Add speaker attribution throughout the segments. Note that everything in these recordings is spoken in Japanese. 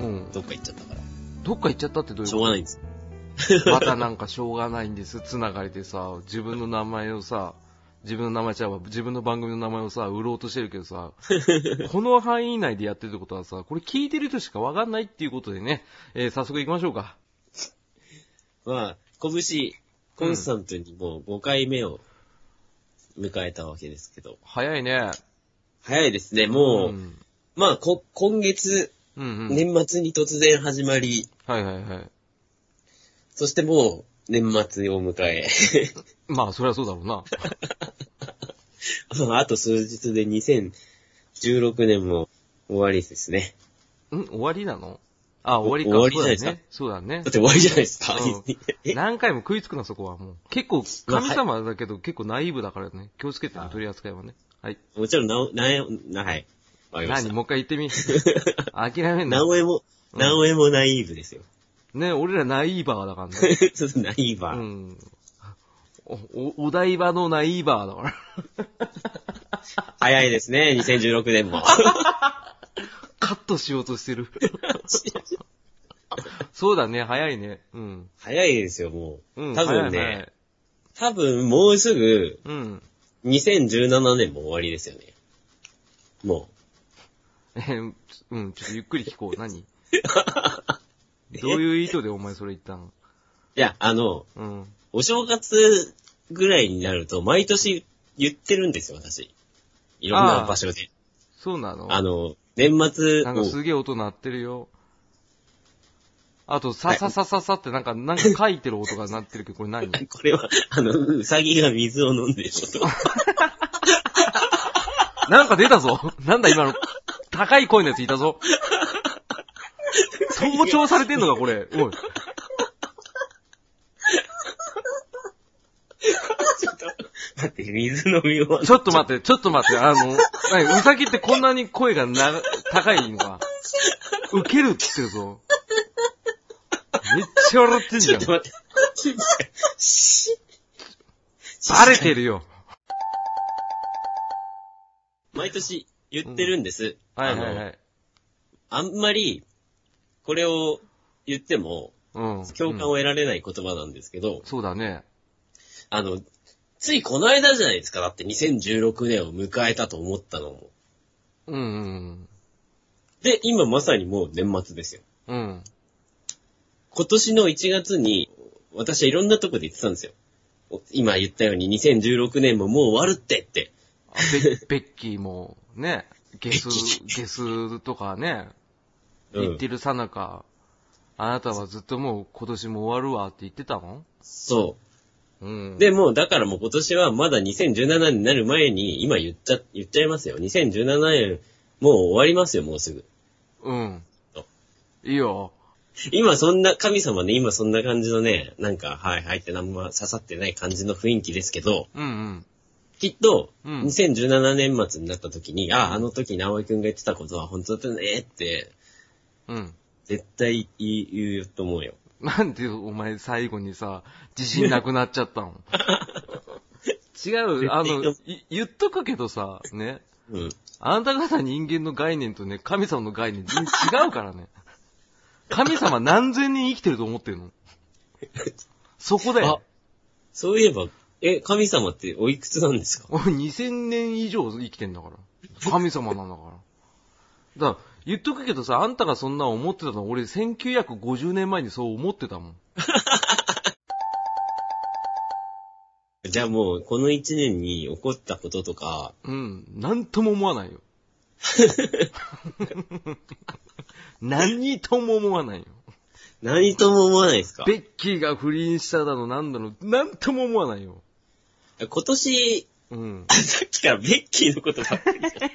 Speaker 1: うん。
Speaker 2: どっか行っちゃったから。
Speaker 1: どっか行っちゃったってどういう
Speaker 2: しょう
Speaker 1: こ
Speaker 2: がないんです。
Speaker 1: とまたなんかしょうがないんです。つながりでさ、自分の名前をさ、自分の名前ちゃうわ、自分の番組の名前をさ、売ろうとしてるけど さ、この範囲内でやってるってことはさ、これ聞いてる人しかわかんないっていうことでね、えー早速行きましょうか。
Speaker 2: まあ、拳、コンスタントにもう5回目を迎えたわけですけど。
Speaker 1: 早いね。
Speaker 2: 早いですね、
Speaker 1: う
Speaker 2: もう。
Speaker 1: ん。
Speaker 2: まあ、こ、今月、
Speaker 1: うんうん。
Speaker 2: 年末に突然始まり、
Speaker 1: はいはいはい。
Speaker 2: そしてもう、年末を迎 え。
Speaker 1: まあ、そりゃそうだろうな。
Speaker 2: あと数日で2016年も終わりですね。
Speaker 1: ん終わりなのあ、終わりか。
Speaker 2: お終わりじゃない
Speaker 1: そうだ
Speaker 2: だ
Speaker 1: ね。そ
Speaker 2: っ
Speaker 1: う
Speaker 2: て終わりじゃないですか。
Speaker 1: うん
Speaker 2: え
Speaker 1: だね。何回も食いつくな、そこはもう。結構、神様だけど、結構ナイーブだからね。気をつけてね、取り扱いはね。はい。
Speaker 2: もちろん、なお、なえ、な、はい。わかりまし
Speaker 1: 何
Speaker 2: た。
Speaker 1: もう一回言ってみ。 諦めんな
Speaker 2: な。おえも、
Speaker 1: うん
Speaker 2: なおえもナイーブですよ。
Speaker 1: ね、俺らナイーバーだからね。
Speaker 2: そうそうナイーバ
Speaker 1: う
Speaker 2: ー。
Speaker 1: ん。お、お、お台場のナイーバーだから。
Speaker 2: 早いですね、2016年 も。
Speaker 1: カットしようとし てる。そうだね、早いね。うん。
Speaker 2: 早いですよ、もう。
Speaker 1: うん、
Speaker 2: 多分
Speaker 1: 早い早
Speaker 2: ね
Speaker 1: い、
Speaker 2: 多分もうすぐ、
Speaker 1: うん。
Speaker 2: 2017年も終わりですよね。も
Speaker 1: えーちょうん、ちょっとゆっくり聞こ う。何どういう意図でお前それ言ったの
Speaker 2: う。いや、あの、
Speaker 1: うん。
Speaker 2: お正月ぐらいになると、毎年言ってるんですよ、私。いろんな場所で。
Speaker 1: そうなの
Speaker 2: あの、年末
Speaker 1: なんか
Speaker 2: を、
Speaker 1: すげえ音鳴ってるよ。あと、さ
Speaker 2: はい
Speaker 1: ささささってなんか、なんか書いてる音が鳴ってるけど、これ何
Speaker 2: これは、あの、うさぎが水を飲んでること。
Speaker 1: なんか出たぞ なんだ今の、高い声のやついたぞ盗聴されてんのか、これ。おい。
Speaker 2: だって水飲み終わっ
Speaker 1: ちょっと待って、ちょっと待って、あの、何うさぎってこんなに声がな、高いのか。ウケるって言ってるぞ。めっちゃ笑ってんじ
Speaker 2: ちょ
Speaker 1: ゃ
Speaker 2: っ
Speaker 1: ん
Speaker 2: と。待って。し
Speaker 1: バレてるよ。
Speaker 2: 毎年言ってるんです。
Speaker 1: はいは
Speaker 2: あ
Speaker 1: いは
Speaker 2: の
Speaker 1: い。
Speaker 2: あんまり、これを言っても、
Speaker 1: うん。
Speaker 2: 共感を得られない言葉なんですけど、
Speaker 1: そうだね。
Speaker 2: あの、ついこの間じゃないですか。だって2016年を迎えたと思ったのも。
Speaker 1: うんうん
Speaker 2: で、今まさにもう年末ですよ。
Speaker 1: うん。うん。
Speaker 2: 今年の1月に、私はいろんなとこで言ってたんですよ。お今言ったように2016年ももう終わるってって。
Speaker 1: あベッベッキーも、ね、ゲス、ゲスとかね、
Speaker 2: うん
Speaker 1: 言ってるさなか、あなたはずっともう今年も終わるわって言ってたの
Speaker 2: そ
Speaker 1: うん。
Speaker 2: う。、で、もうだからもう今年はまだ2017年になる前に、今言っちゃ、言っちゃいますよ。2017年もう終わりますよ、もうすぐ。
Speaker 1: うん
Speaker 2: そう。
Speaker 1: いいよ。
Speaker 2: 今そんな、神様ね、今そんな感じのね、なんか、はい、はいって何も刺さってない感じの雰囲気ですけど、
Speaker 1: うんうん。
Speaker 2: きっと、
Speaker 1: うん
Speaker 2: 2017年末になった時に、ああ、あの時直井くんが言ってたことは本当だったねって、
Speaker 1: うん。
Speaker 2: 絶対言う言うと思うよ。
Speaker 1: なんでお前最後にさ、自信なくなっちゃった の違う、あの、い言っとくけどさ、ね。
Speaker 2: うん。
Speaker 1: あなた方人間の概念とね、神様の概念全然違うからね。神様何千人生きてると思ってるの。そこだよ。
Speaker 2: そういえば、え、神様っておいくつなんですか
Speaker 1: 俺2000年以上生きてんだから。神様なんだから。だから、言っとくけどさ、あんたがそんな思ってたの、俺1950年前にそう思ってたもん。
Speaker 2: じゃあもう、この1年に起こったこととか、
Speaker 1: うん、なんとも思わないよ。何とも思わないよ。
Speaker 2: 何とも思わないですか
Speaker 1: ベッキーが不倫しただの、なんだの、なんとも思わないよ。
Speaker 2: 今年、
Speaker 1: うん。
Speaker 2: さっきからベッキーのことばっかりじゃん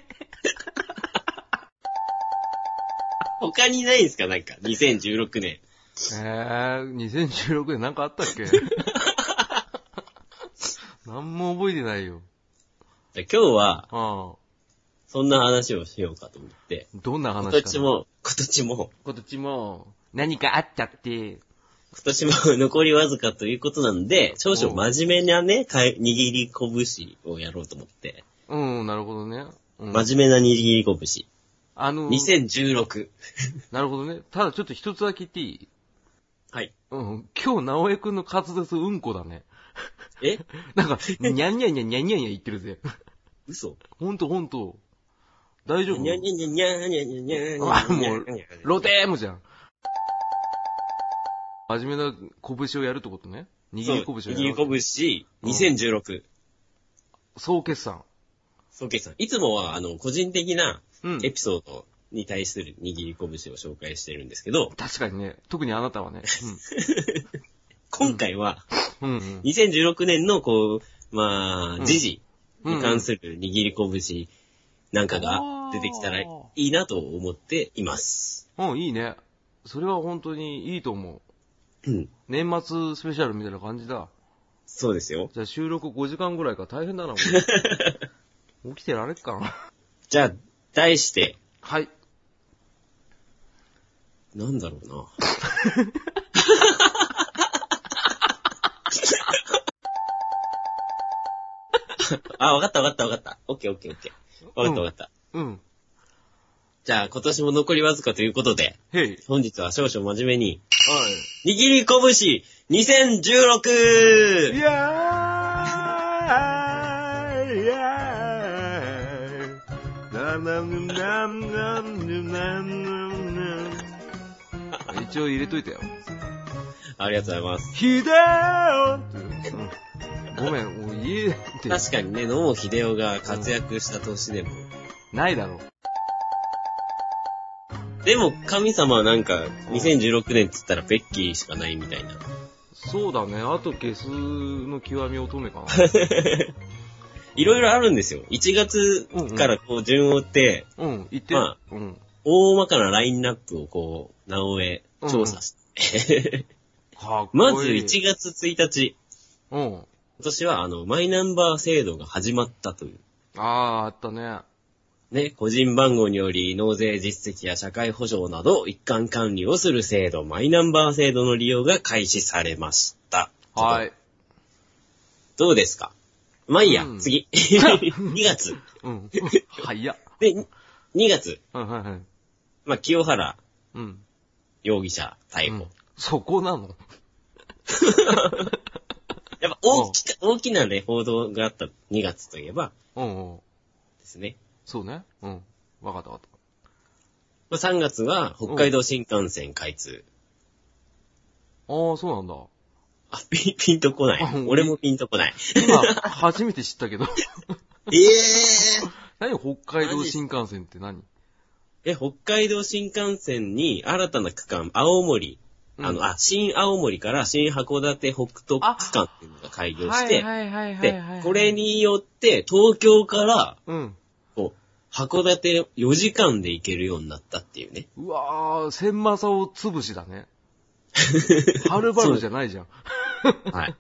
Speaker 2: 他にないですかなんか、2016年。
Speaker 1: えー、2016年なんかあったっけなんも覚えてないよ。
Speaker 2: じゃあ今日は、
Speaker 1: ああ。
Speaker 2: そんな話をしようかと思って。
Speaker 1: どんな話
Speaker 2: 今
Speaker 1: かな
Speaker 2: 年。も、今年も、
Speaker 1: 今年も、何かあったって。
Speaker 2: 今年も残りわずかということなんで、少々真面目なね、かい握り拳をやろうと思って。
Speaker 1: うん、なるほどね。うん、
Speaker 2: 真面目な握り拳。
Speaker 1: あの、
Speaker 2: 2016。
Speaker 1: なるほどね。ただちょっと一つだけ言っていい
Speaker 2: はい。
Speaker 1: うん、今日、直江くんの滑舌うんこだね。
Speaker 2: え
Speaker 1: なんか、にゃんにゃんにゃんにゃんにゃんにゃん言ってるぜ。
Speaker 2: 嘘
Speaker 1: ほんとほんと。大丈夫
Speaker 2: にゃにゃにゃにゃにゃにゃにゃにゃにゃにゃ
Speaker 1: あ、もう、ロテームじゃん。真面目な拳をやるってことね。握
Speaker 2: そう
Speaker 1: り拳をやる。
Speaker 2: 握り拳、2016。
Speaker 1: 総決算。
Speaker 2: 総決算。いつもは、あの、個人的な
Speaker 1: うん。
Speaker 2: エピソードに対する握り拳を紹介してるんですけど、
Speaker 1: 確かにね、特にあなたはね。
Speaker 2: 今回は、
Speaker 1: うん。うんうん。
Speaker 2: 2016年の、こう、まあ、
Speaker 1: うん
Speaker 2: 時事に関
Speaker 1: る。
Speaker 2: する握り拳なんかが出てきたらいいなと思っています。
Speaker 1: うん、いいね。それは本当にいいと思う。
Speaker 2: うん。
Speaker 1: 年末スペシャルみたいな感じだ。
Speaker 2: そうですよ。
Speaker 1: じゃあ収録5時間ぐらいか大変だな、これ 起きてられっかな。
Speaker 2: じゃあ、題して、
Speaker 1: はい。
Speaker 2: なんだろうな。 あ、わかったわかったわかった。オッケーオッケーオッケー。わかったわかった。
Speaker 1: うん。
Speaker 2: じゃあ、今年も残りわずかということで、
Speaker 1: へい。
Speaker 2: 本日は少々真面目に、
Speaker 1: は
Speaker 2: 握り拳 2016!
Speaker 1: いやーいやーななななななな一応入れといたよ。
Speaker 2: ありがとうございます。
Speaker 1: ひでーごめん、もう家って
Speaker 2: 確かにね、野茂秀夫が活躍した年でも。
Speaker 1: ないだろ。
Speaker 2: でも、神様はなんか、2016年って言ったらベッキーしかないみたいな。
Speaker 1: そうだね。あとゲスの極み乙女かな。
Speaker 2: いろいろあるんですよ。1月からこう順を追って、
Speaker 1: うん、言って。
Speaker 2: ま
Speaker 1: うん。
Speaker 2: 大まかなラインナップをこう、直江調査して。
Speaker 1: かっこいい。
Speaker 2: まず1月1日、
Speaker 1: うん。
Speaker 2: 今年はあの、マイナンバー制度が始まったという。
Speaker 1: ああ、あったね。
Speaker 2: ね、個人番号により納税実績や社会保障など一貫管理をする制度、マイナンバー制度の利用が開始されました。
Speaker 1: はい。
Speaker 2: どうですかまあいいや、
Speaker 1: うん
Speaker 2: 次。2月。
Speaker 1: うん。 早っ。
Speaker 2: で、2月、
Speaker 1: うん、はいはい。
Speaker 2: まあ、清原
Speaker 1: うん。
Speaker 2: 容疑者逮捕。
Speaker 1: うんそこなの
Speaker 2: やっぱ大きか、大きなね、報道があった2月といえば
Speaker 1: うんうん。
Speaker 2: ですね。
Speaker 1: そうね。うん。わかったわかっ
Speaker 2: まあ、3月は北海道新幹線開通。
Speaker 1: た。ああ、そうなんだ。
Speaker 2: あ、ピ ン、ピンとこな
Speaker 1: う
Speaker 2: い。
Speaker 1: ん
Speaker 2: 俺もピンとこない。
Speaker 1: 今、初めて知ったけど。
Speaker 2: ええ
Speaker 1: 何北海道新幹線って何
Speaker 2: え、北海道新幹線に新たな区間、青森、あ
Speaker 1: うん
Speaker 2: の、あ、新青森から新函館北東区間っていうのが開業し
Speaker 1: はい
Speaker 2: て、
Speaker 1: はいはいはい
Speaker 2: で
Speaker 1: はい。、
Speaker 2: これ。によって東京から、
Speaker 1: うん。
Speaker 2: こう、函館4時間で行けるようになったっていう ね。
Speaker 1: うわー、千正を潰しだね。はるばるじゃないじゃ ん。
Speaker 2: はい。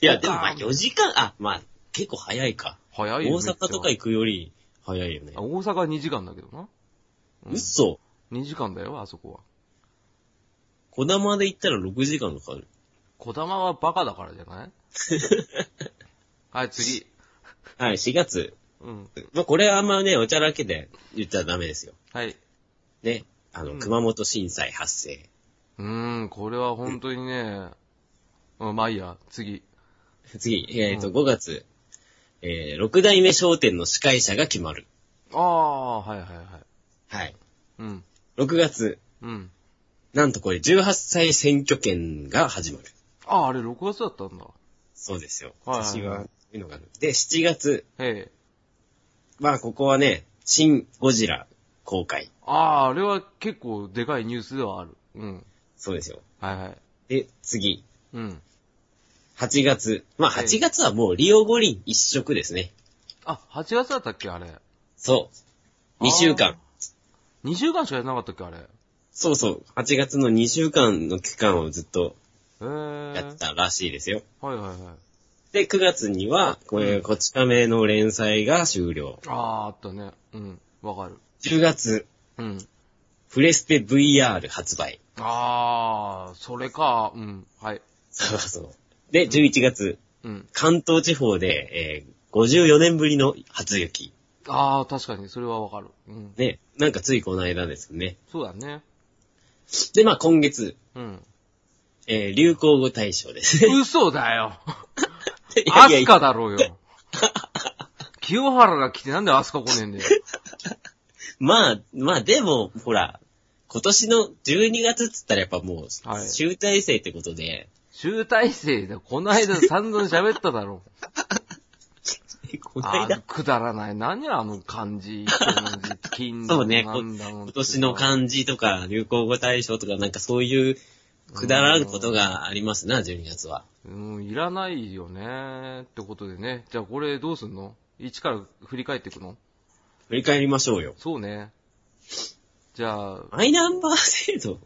Speaker 2: いや、でもまあ4時間、あ、まあ、結構早いか。
Speaker 1: 早
Speaker 2: 大
Speaker 1: いよ。
Speaker 2: 阪とか
Speaker 1: めっち
Speaker 2: 行くより早いよね
Speaker 1: ゃあ、。大阪は2時間だけどな。うん
Speaker 2: 嘘。
Speaker 1: 2時間だよ、あそこは。
Speaker 2: 小玉で行ったら6時間かかる。
Speaker 1: 小玉はバカだからじ ゃないはい、次。
Speaker 2: はい、4月。
Speaker 1: うん。
Speaker 2: まあ、これはあんまね、おちゃらけで言ったらダメですよ。
Speaker 1: はい。
Speaker 2: ね。あの、
Speaker 1: うん
Speaker 2: 熊本震災発生。
Speaker 1: うーん、これは本当にね、うん、まあいいや、次。
Speaker 2: 次、えっ、と、
Speaker 1: うん
Speaker 2: 5月。えー、6代目商店の司会者が決まる。
Speaker 1: ああ、はいはいはい。
Speaker 2: はい。
Speaker 1: うん、
Speaker 2: 6月。
Speaker 1: うん。
Speaker 2: なんとこれ18歳選挙権が始まる。
Speaker 1: ああ、あれ6月だったんだ。
Speaker 2: そうですよ。
Speaker 1: はい
Speaker 2: 私は、いうのがある。で、7月。
Speaker 1: ええ。
Speaker 2: まあ、ここはね、新ゴジラ公開。
Speaker 1: ああ、あれは結構でかいニュースではある。うん。
Speaker 2: そうですよ。
Speaker 1: はいはい。
Speaker 2: で、次。
Speaker 1: うん。
Speaker 2: 8月。まあ、
Speaker 1: はい
Speaker 2: 8月はもうリオ五輪一色ですね。
Speaker 1: あ、8月だったっけ、あれ。
Speaker 2: そう。2週間。
Speaker 1: 2週間しかやらなかったっけ、あれ。へ
Speaker 2: そうそう。8月の2週間の期間をずっと
Speaker 1: え。
Speaker 2: やってたらしいですよ。
Speaker 1: はいはいはい。
Speaker 2: で、9月には、こういうこち亀の連載が終了。
Speaker 1: ああ、あったね。うん。わかる。
Speaker 2: 10月、
Speaker 1: うん。
Speaker 2: プレステ VR 発売。
Speaker 1: ああ、それか。うん。はい。
Speaker 2: そうそう。で、11月、
Speaker 1: うん。
Speaker 2: 関東地方で、えー54年ぶりの初雪。
Speaker 1: ああ、確かに、それはわかる。うん。
Speaker 2: ね、なんかついこの間ですね。
Speaker 1: そうだね。
Speaker 2: で、まあ今月、
Speaker 1: うん。
Speaker 2: えー流行語大賞です。
Speaker 1: 嘘だよ
Speaker 2: いや
Speaker 1: ア
Speaker 2: いや
Speaker 1: スカだろうよ。 清原が来てなんでアスカ来ねえんだよ。
Speaker 2: まあ、まあでも、ほら、今年の12月っつったらやっぱもう、
Speaker 1: はい
Speaker 2: 集大成ってことで、
Speaker 1: 集大成だよ。こないだ散々喋っただろ。
Speaker 2: この
Speaker 1: あ
Speaker 2: 間
Speaker 1: ー、くだらない。何あの漢字。金
Speaker 2: そうね、こ
Speaker 1: なんだもん
Speaker 2: 今年の漢字とか流行語大賞とかなんかそういうくだらんことがありますな、12月は。
Speaker 1: うん、いらないよね。ってことでね。じゃあこれどうすんの一から振り返っていくの
Speaker 2: 振り返りましょうよ。
Speaker 1: そうね。じゃあ、
Speaker 2: マイナンバー制度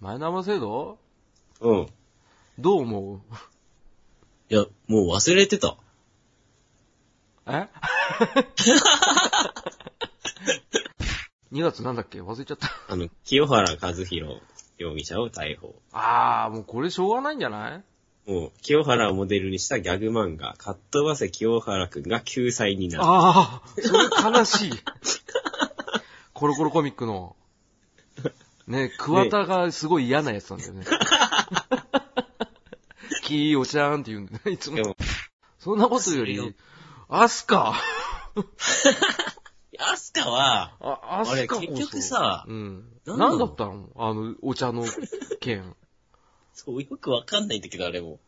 Speaker 1: マイナンバー制度
Speaker 2: うん。
Speaker 1: どう思う
Speaker 2: いや、もう忘れてた。
Speaker 1: え ?2 月なんだっけ忘れちゃった。
Speaker 2: あの、清原和弘容疑者を逮捕。
Speaker 1: あー、もうこれしょうがないんじゃない
Speaker 2: もう、清原をモデルにしたギャグ漫画、カットバセ清原くんが救済になる。
Speaker 1: ああ、それ悲しい。コロコロコミックの。ね、桑田がすごい嫌なやつなんだよね。キーオちゃんって言うんだよね、いつ
Speaker 2: で
Speaker 1: も。
Speaker 2: も、
Speaker 1: そんなことよ
Speaker 2: それよ
Speaker 1: り、アスカ
Speaker 2: アスカは、
Speaker 1: あ、アスカこ
Speaker 2: あ
Speaker 1: そ
Speaker 2: れ結局さ
Speaker 1: うん。
Speaker 2: なんなの
Speaker 1: なんだったのあの、お茶の件。
Speaker 2: そう、よくわかんないんだけど、あれも。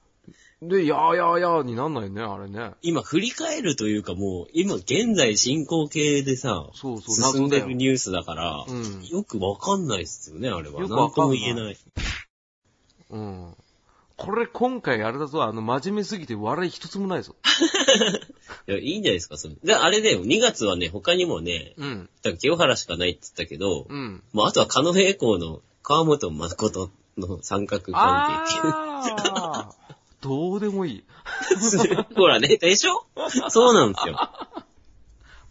Speaker 1: で、やーやーやーになんないね、あれね。
Speaker 2: 今、振り返るというかもう、今、現在進行形でさ、
Speaker 1: そうそう、
Speaker 2: 進んでる
Speaker 1: 謎だよ
Speaker 2: ニュースだから、
Speaker 1: うん
Speaker 2: よくわかんないっすよね、あれは。
Speaker 1: よく
Speaker 2: な
Speaker 1: わ
Speaker 2: んと
Speaker 1: かん
Speaker 2: も
Speaker 1: ない
Speaker 2: 言えない。
Speaker 1: うん。これ今回あれだぞ、あの、真面目すぎて笑い一つもないぞ。
Speaker 2: いや、いいんじゃないですか、その。じゃあ、あれだよ、2月はね、他にもね、
Speaker 1: うん。
Speaker 2: だから清原しかないって言ったけど、
Speaker 1: うん。
Speaker 2: まあ、あとは、狩野平行の川本誠の三角関係っていう。
Speaker 1: ああどうでもいい。
Speaker 2: ほらね、でしょそうなんですよ。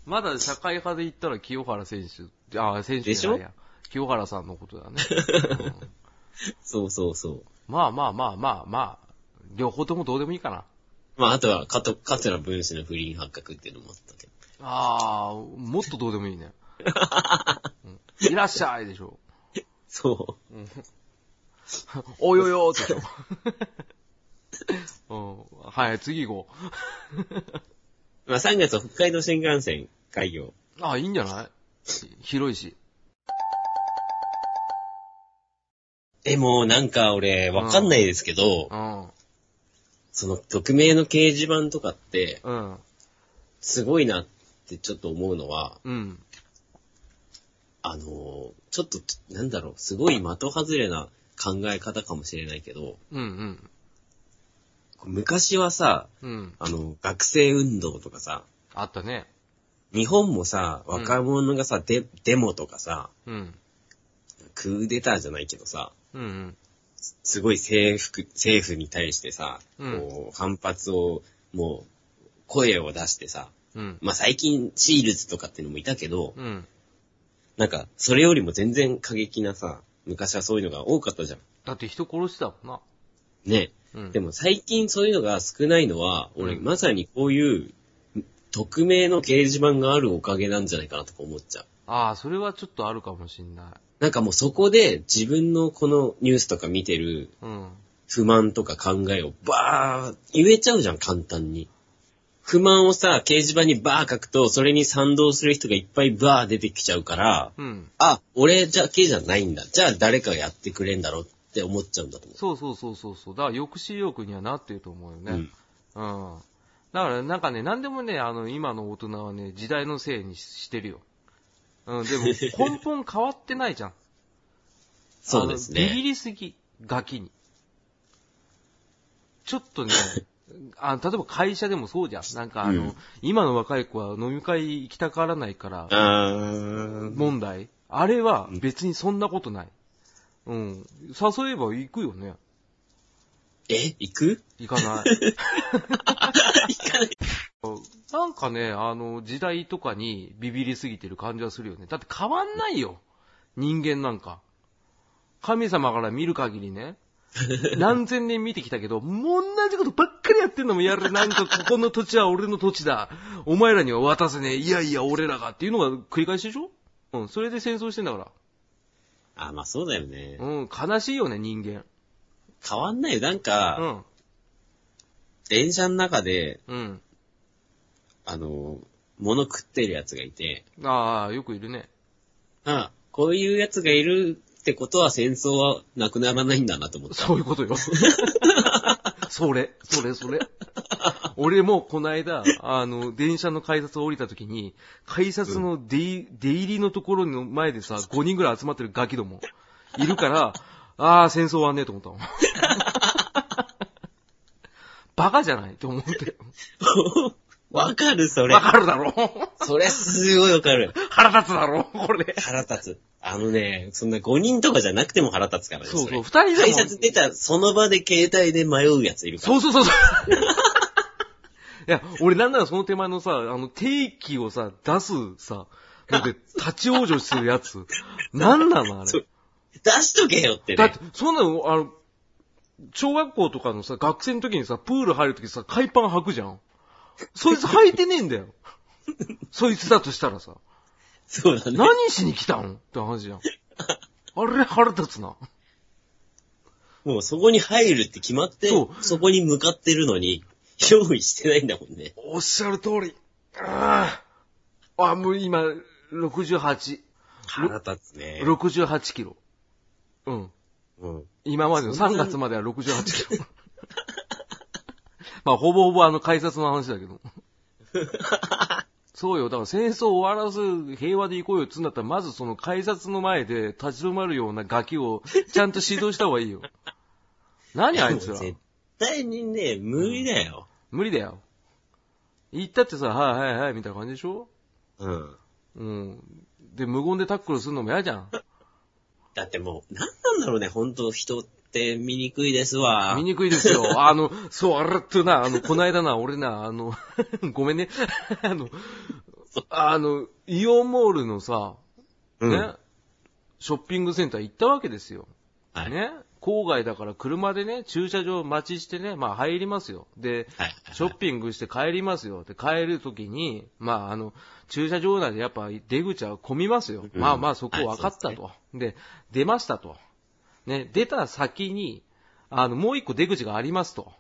Speaker 1: まだ社会派で言ったら清原選手、ああ、選手じゃないや。清原さんのことだね。うん
Speaker 2: そうそうそう。
Speaker 1: まあまあまあまあまあ、両方ともどうでもいいかな。
Speaker 2: まあ、あとは、かと、かつら分子の不倫発覚っていうのもあったけど。
Speaker 1: ああ、もっとどうでもいいね。うんいらっしゃいでしょ。
Speaker 2: そ
Speaker 1: およよーってでしょ。 うん、はい、次行こ
Speaker 2: う。まあ、3月は北海道新幹線開業。
Speaker 1: う。ああ、いいんじゃない広いし。
Speaker 2: でも、なんか俺、わかんないですけど、
Speaker 1: うん。
Speaker 2: その、匿名の掲示板とかって、
Speaker 1: うん。
Speaker 2: すごいなってちょっと思うのは、
Speaker 1: うん。
Speaker 2: あのーちょっと、なんだろう、すごい的外れな考え方かもしれないけど、
Speaker 1: うん。うん。
Speaker 2: 昔はさ、
Speaker 1: うん。
Speaker 2: あの、学生運動とかさ、
Speaker 1: あったね。
Speaker 2: 日本もさ、
Speaker 1: うん
Speaker 2: 若者がさ、デデモとかさ、
Speaker 1: うん。
Speaker 2: クーデターじゃないけどさ、
Speaker 1: うんうん。
Speaker 2: すごい政府、政府に対してさ、
Speaker 1: うん
Speaker 2: こう、反発を、もう、声を出してさ、
Speaker 1: うん。
Speaker 2: まあ、最近、シールズとかっていうのもいたけど、
Speaker 1: うん。
Speaker 2: なんか、それよりも全然過激なさ、昔はそういうのが多かったじゃん。
Speaker 1: だって人殺してたもんな。
Speaker 2: ね。
Speaker 1: うん。
Speaker 2: でも最近そういうのが少ないのは、俺、
Speaker 1: うん
Speaker 2: まさにこういう、匿名の掲示板があるおかげなんじゃないかなとか思っちゃう。
Speaker 1: ああ、それはちょっとあるかもしんな
Speaker 2: なんかもうそこで自分のこのニュースとか見てる
Speaker 1: い。うん。
Speaker 2: 不満とか考えをバー言えちゃうじゃん、簡単に。不満をさ、掲示板にバー書くと、それに賛同する人がいっぱいバー出てきちゃうから、
Speaker 1: うん。
Speaker 2: あ、俺だけじゃないんだ。じゃあ誰かがやってくれんだろうって思っちゃうんだと思う。
Speaker 1: そうそうそうそうそう。だから抑止力にはなってると思うよね。
Speaker 2: うん
Speaker 1: うん。だからなんかね、なんでもね、あの、今の大人はね、時代のせいにししてるよ。う ん、でも根本変わってないじゃん。
Speaker 2: そうです
Speaker 1: あのビビ
Speaker 2: ね。
Speaker 1: りすぎ、ガキに。ちょっ とね、あ例えば会社でもそうじゃん。なんかあの、
Speaker 2: うん
Speaker 1: 今の若い子は飲み会行きたからないから、
Speaker 2: あー
Speaker 1: 問題。あれは別にそんなことない。うん。誘えば行くよね。
Speaker 2: え行く
Speaker 1: 行かない。
Speaker 2: 行かない。
Speaker 1: なんかね、あの、時代とかにビビりすぎてる感じはするよね。だって変わんないよ。人間なんか。神様から見る限りね。何千年見てきたけど、もう同じことばっかりやってんのもやる。なんかここの土地は俺の土地だ。お前らには渡せねえ。いやいや、俺らが。っていうのが繰り返しでしょうん、それで戦争してんだか
Speaker 2: あ、まあそうだよね
Speaker 1: ら。。うん、悲しいよね、人間。
Speaker 2: 変わんないよ。なんか、
Speaker 1: うん、
Speaker 2: 電車の中で、
Speaker 1: うん。
Speaker 2: あの、物食ってるやつがいて、
Speaker 1: ああ、よくいるね。
Speaker 2: あ、こういうやつがいるってことは戦争はなくならないんだなと思 った。
Speaker 1: そういう ことよ。それ、それ、それ。俺もこの間、あの、電車の改札を降りた時に、改札の出い出入りのところの前でさ、5人ぐらい集まってるガキども、いるから、あー、戦争終わんねえと 思ったもん。バカじゃないと思って。
Speaker 2: わかる、それ
Speaker 1: わ。かるだろ
Speaker 2: それすごいわかる。
Speaker 1: 腹立つだろこれ。
Speaker 2: 腹立つ。あのね、そんな5人とかじゃなくても腹立つからね。
Speaker 1: そうそう、
Speaker 2: れ
Speaker 1: 二人でも。
Speaker 2: 改札出た、その場で携帯で迷うやついるから。
Speaker 1: そうそうそうそう。 いや、俺なんならその手前のさ、あの、定期をさ、出すさ、なんで、立ち往生するや つ。なんなのあ
Speaker 2: そう
Speaker 1: れ。
Speaker 2: 出しとけよって
Speaker 1: だっ
Speaker 2: ね
Speaker 1: て。、そんなの、あの、小学校とかのさ、学生の時にさ、プール入る時さ、海パン履くじゃん。そいつ履いてねえんだ よ。そいつだとしたらさ、
Speaker 2: そうだね。
Speaker 1: 何しに来たんって話 じゃん。あれ腹立つな。
Speaker 2: もうそこに入るって決まって、
Speaker 1: そ
Speaker 2: そこに向かってるのに、用意してないんだもんね。
Speaker 1: おっしゃる通り。ああ。あ、もう今、68。
Speaker 2: 腹立つね。
Speaker 1: 68キロ。うん。
Speaker 2: うん。
Speaker 1: 今までの
Speaker 2: そん
Speaker 1: 3
Speaker 2: な
Speaker 1: 月までは68キロ。 まあ、ほぼほぼあの、改札の話だけ ど。そうよ。だから戦争を終わらず平和で行こうよっつうんだったら、まずその改札の前で立ち止まるようなガキをちゃんと指導した方がい いよ。何あいつら。
Speaker 2: 絶対にね、無理だよ。
Speaker 1: 無理だよ。行ったってさ、はいはいはいみたいな感じでしょ
Speaker 2: うん。
Speaker 1: うん。で、無言でタックルするのも嫌じゃん。
Speaker 2: だってもう、なんなんだろうね、本当人って醜いですわ。
Speaker 1: 見にくいです よ。あの、そう、あれってな、あの、こないだな、俺な、あの、 ごめんね。あの、あの、イオンモールのさ、ね、
Speaker 2: うん。
Speaker 1: ショッピングセンター行ったわけですよ。
Speaker 2: はい。
Speaker 1: ね、郊外だから車でね、駐車場待ちしてね、まあ入りますよ。で、
Speaker 2: はい。
Speaker 1: ショッピングして帰りますよ。で、帰るときに、まあ、あの、駐車場内でやっぱ出口は混みますよ。
Speaker 2: うん
Speaker 1: まあまあ、そこ
Speaker 2: はい
Speaker 1: 分かった
Speaker 2: そう
Speaker 1: と。で、出ましたと。ね、出た先に、あの、もう一個出口がありますと。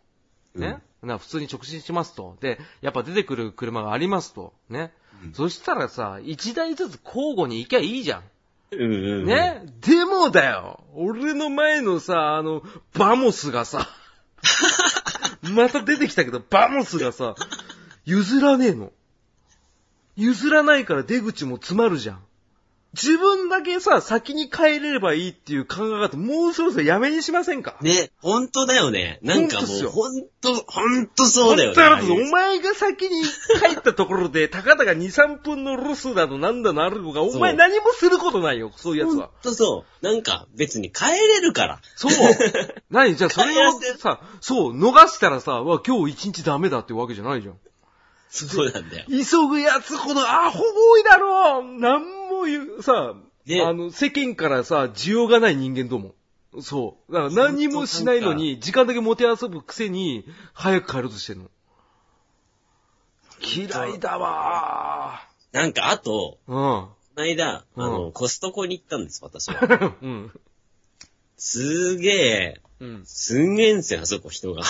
Speaker 1: ね。な普通に直進しますと。で、やっぱ出てくる車がありますと。ね。
Speaker 2: うん
Speaker 1: そしたらさ、一台ずつ交互に行きゃいいじゃん。
Speaker 2: うんうんうん。
Speaker 1: ね、でもだよ俺の前のさ、あの、バモス がさ、また出てきたけど、バモスがさ、譲らねえの。譲らないから出口も詰まるじゃん。自分だけさ、先に帰れればいいっていう考え方、もうそろそろやめにしませんか
Speaker 2: ね、本当だよね。なんかも
Speaker 1: ほんとっす
Speaker 2: う、
Speaker 1: よ
Speaker 2: 本当本当そうだよね。
Speaker 1: 本当
Speaker 2: ああ
Speaker 1: だ
Speaker 2: い
Speaker 1: よ
Speaker 2: う
Speaker 1: お前が先に帰ったところで、たかだか2、3分のロスだのなんだのあるのが、お前
Speaker 2: そう
Speaker 1: 何もすることないよ、そういうやつは
Speaker 2: 本。当そう。なんか、別に帰れるから。
Speaker 1: そう何じゃあそれをさ、そう、逃したらさ、わ、今日一日ダメだってわけじゃないじゃん。
Speaker 2: そうなんだよ。
Speaker 1: 急ぐやつほどアホ多いだろうなんも言う、さ、
Speaker 2: ね
Speaker 1: あの、世間からさ、需要がない人間ども。そう。だから何もしないのに、時間だけ持て遊ぶくせに、早く帰ろうとしてんの。嫌いだわ
Speaker 2: なんか、あと、
Speaker 1: ー
Speaker 2: この間、あの、
Speaker 1: うん
Speaker 2: コストコに行ったんです、私は。
Speaker 1: うん。うん。
Speaker 2: すげえ、
Speaker 1: うん。
Speaker 2: すんげえんすよ、あそこ人が。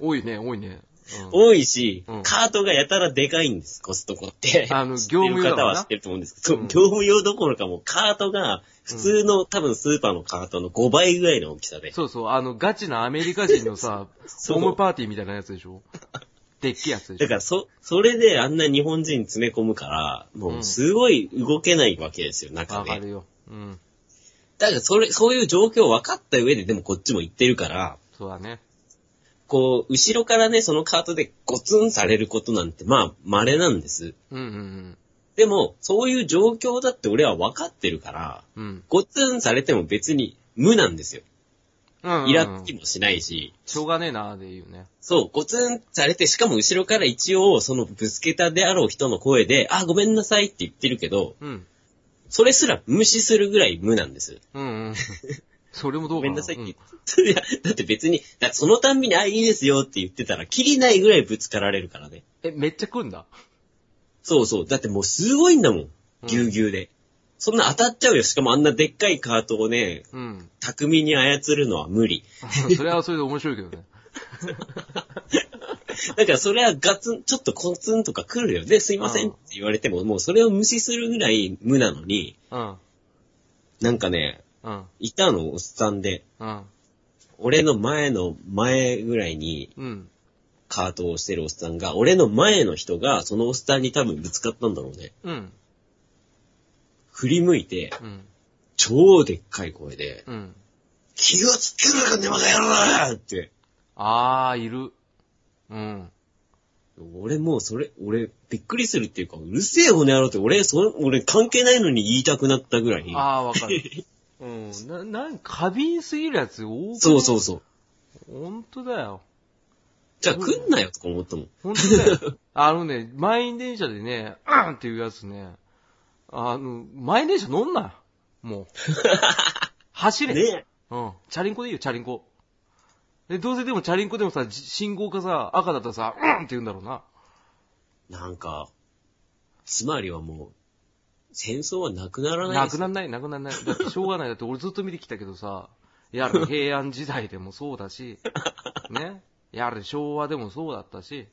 Speaker 1: 多いね、多いね。うん
Speaker 2: 多いし、
Speaker 1: うん
Speaker 2: カートがやたらでかいんです、コストコって。
Speaker 1: あの
Speaker 2: 知ってる
Speaker 1: 業務用だも
Speaker 2: 方
Speaker 1: んな
Speaker 2: は知ってると思うんですけど、
Speaker 1: うん
Speaker 2: 業務用どころかもうカートが、普通の、多分スーパーのカートの5倍ぐらいの大きさで。
Speaker 1: そうそう、あの、ガチなアメリカ人のさ、
Speaker 2: そ
Speaker 1: ホ
Speaker 2: う
Speaker 1: ームパーティーみたいなやつで しょでっけえやつでし
Speaker 2: だ
Speaker 1: ょ
Speaker 2: から、そ、それであんな日本人詰め込むから、もうすごい動けないわけですよ、中
Speaker 1: わ
Speaker 2: で。
Speaker 1: かるよ。うん。
Speaker 2: だから、それ、そういう状況分かった上で、でもこっちも行ってるから、
Speaker 1: そうだね。
Speaker 2: こう、後ろからね、そのカートでゴツンされることなんて、まあ、稀なんです。
Speaker 1: うんうん
Speaker 2: でも、そういう状況だって俺は分かってるから、
Speaker 1: うん。うん
Speaker 2: ゴツンされても別に無なんですよ。
Speaker 1: うんうん。
Speaker 2: イラつきもしないし、
Speaker 1: しょうがねえなーで言うね。
Speaker 2: そう、ゴツンされて、しかも後ろから一応、そのぶつけたであろう人の声で、あ、ごめんなさいって言ってるけど、
Speaker 1: うん。
Speaker 2: それすら無視するぐらい無なんです。
Speaker 1: うんうん。それもど
Speaker 2: ご
Speaker 1: うか
Speaker 2: め
Speaker 1: な。
Speaker 2: んなさいって
Speaker 1: う
Speaker 2: 言って。い
Speaker 1: ん
Speaker 2: や、だって別に、だってそのたんびに、あ、いいですよって言ってたら、きりないぐらいぶつかられるからね。
Speaker 1: え、めっちゃ来んだ。
Speaker 2: そうそう。だってもうすごいんだもん。
Speaker 1: うん
Speaker 2: ぎゅうぎゅうで。そんな当たっちゃうよ。しかもあんなでっかいカートをね、
Speaker 1: うん。
Speaker 2: 巧みに操るのは無理。
Speaker 1: それはそれで面白いけどね。
Speaker 2: だからそれはガツン、ちょっとコツンとか来るよね。すいませんって言われても、もうそれを無視するぐらい無なのに、
Speaker 1: うん。
Speaker 2: なんかね、
Speaker 1: うん。
Speaker 2: いたの、おっさんで。
Speaker 1: うん。
Speaker 2: 俺の前の前ぐらいに
Speaker 1: うん。
Speaker 2: カートをしてるおっさんが、俺の前の人がそのおっさんに多分ぶつかったんだろうね。
Speaker 1: うん。
Speaker 2: 振り向いて、
Speaker 1: うん。
Speaker 2: 超でっかい声で、
Speaker 1: うん。
Speaker 2: 気をつけるかね、まだやろうって。
Speaker 1: あー、いる。うん。
Speaker 2: 俺もうそれ、俺、びっくりするっていうか、うるせえよ、この野郎って、俺、そ、俺関係ないのに言いたくなったぐらい。
Speaker 1: あー、わかる。うん。な、なん、過敏すぎるやつ多く
Speaker 2: そうそうそう。
Speaker 1: う。ほんとだよ。
Speaker 2: じゃあ来んなよ、とか思ったもん。
Speaker 1: ほんとだよ。あのね、 満員電車でね、うんっていうやつね、あの、満員電車乗んなよ。 もう。走れ。
Speaker 2: ね
Speaker 1: うん。チャリンコでいいよ、チャリンコ。で、どうせでもチャリンコでもさ、じ信号がさ、赤だったらさ、うんって言うんだろうな。
Speaker 2: なんか、つまりはもう、戦争はなくならない
Speaker 1: な
Speaker 2: です
Speaker 1: くなんない、なくなんない。だってしょうがない。だって俺ずっと見てきたけどさ、やる平安時代でもそうだし、ね。やる昭和でもそうだったし、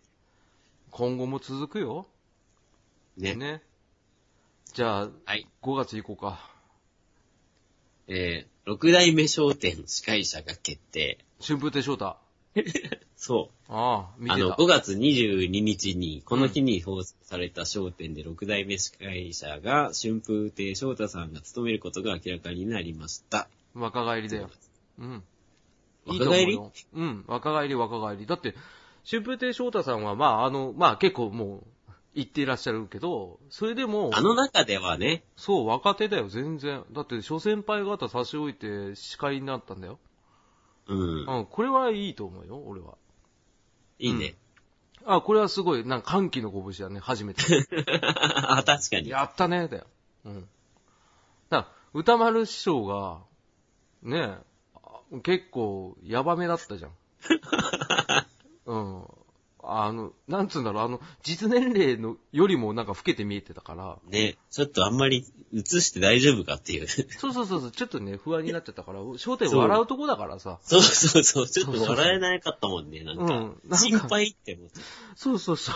Speaker 1: 今後も続くよ。
Speaker 2: ね。
Speaker 1: ね。じゃあ、
Speaker 2: はい。
Speaker 1: 5月行こうか。
Speaker 2: えー、六代目商店司会者が決定。
Speaker 1: 春風亭昇太。
Speaker 2: そ
Speaker 1: ああ、見
Speaker 2: う。あ
Speaker 1: て
Speaker 2: の、
Speaker 1: た
Speaker 2: 5。月22日に、この日に放送された商店で六代目司会者が春風亭昇太さんが務めることが明らかになりました。
Speaker 1: 若返りだよ。うん。いいと
Speaker 2: 若
Speaker 1: 思う
Speaker 2: 返り
Speaker 1: ようん。若返り、若返り。だって、春風亭昇太さんは、まあ、あの、まあ結構もう、言っていらっしゃるけど、それでも、
Speaker 2: あの中ではね、
Speaker 1: そう、若手だよ、全然。だって、諸先輩方差し置いて司会になったんだよ。
Speaker 2: うん、
Speaker 1: うん、これはいいと思うよ、俺は。
Speaker 2: いいね。
Speaker 1: あ、これはすごい、なんか歓喜の拳だね、初めて。
Speaker 2: あ 確かに。
Speaker 1: やったね、だよ。うん。だから歌丸師匠が、ねえ、あ結構、やばめだったじゃん。 うん。あの、なんつうんだろう、あの、実年齢のよりもなんか老けて見えてたから、
Speaker 2: ね、ちょっとあんまり映して大丈夫かっていう。
Speaker 1: そうそうそうそう、ちょっとね、不安になっちゃったから、焦点笑うとこだからさ、
Speaker 2: そうそうそう、ちょっと笑えなかったもんね、なん
Speaker 1: うん
Speaker 2: か。
Speaker 1: なんか
Speaker 2: 心配って思って。
Speaker 1: そうそうそう。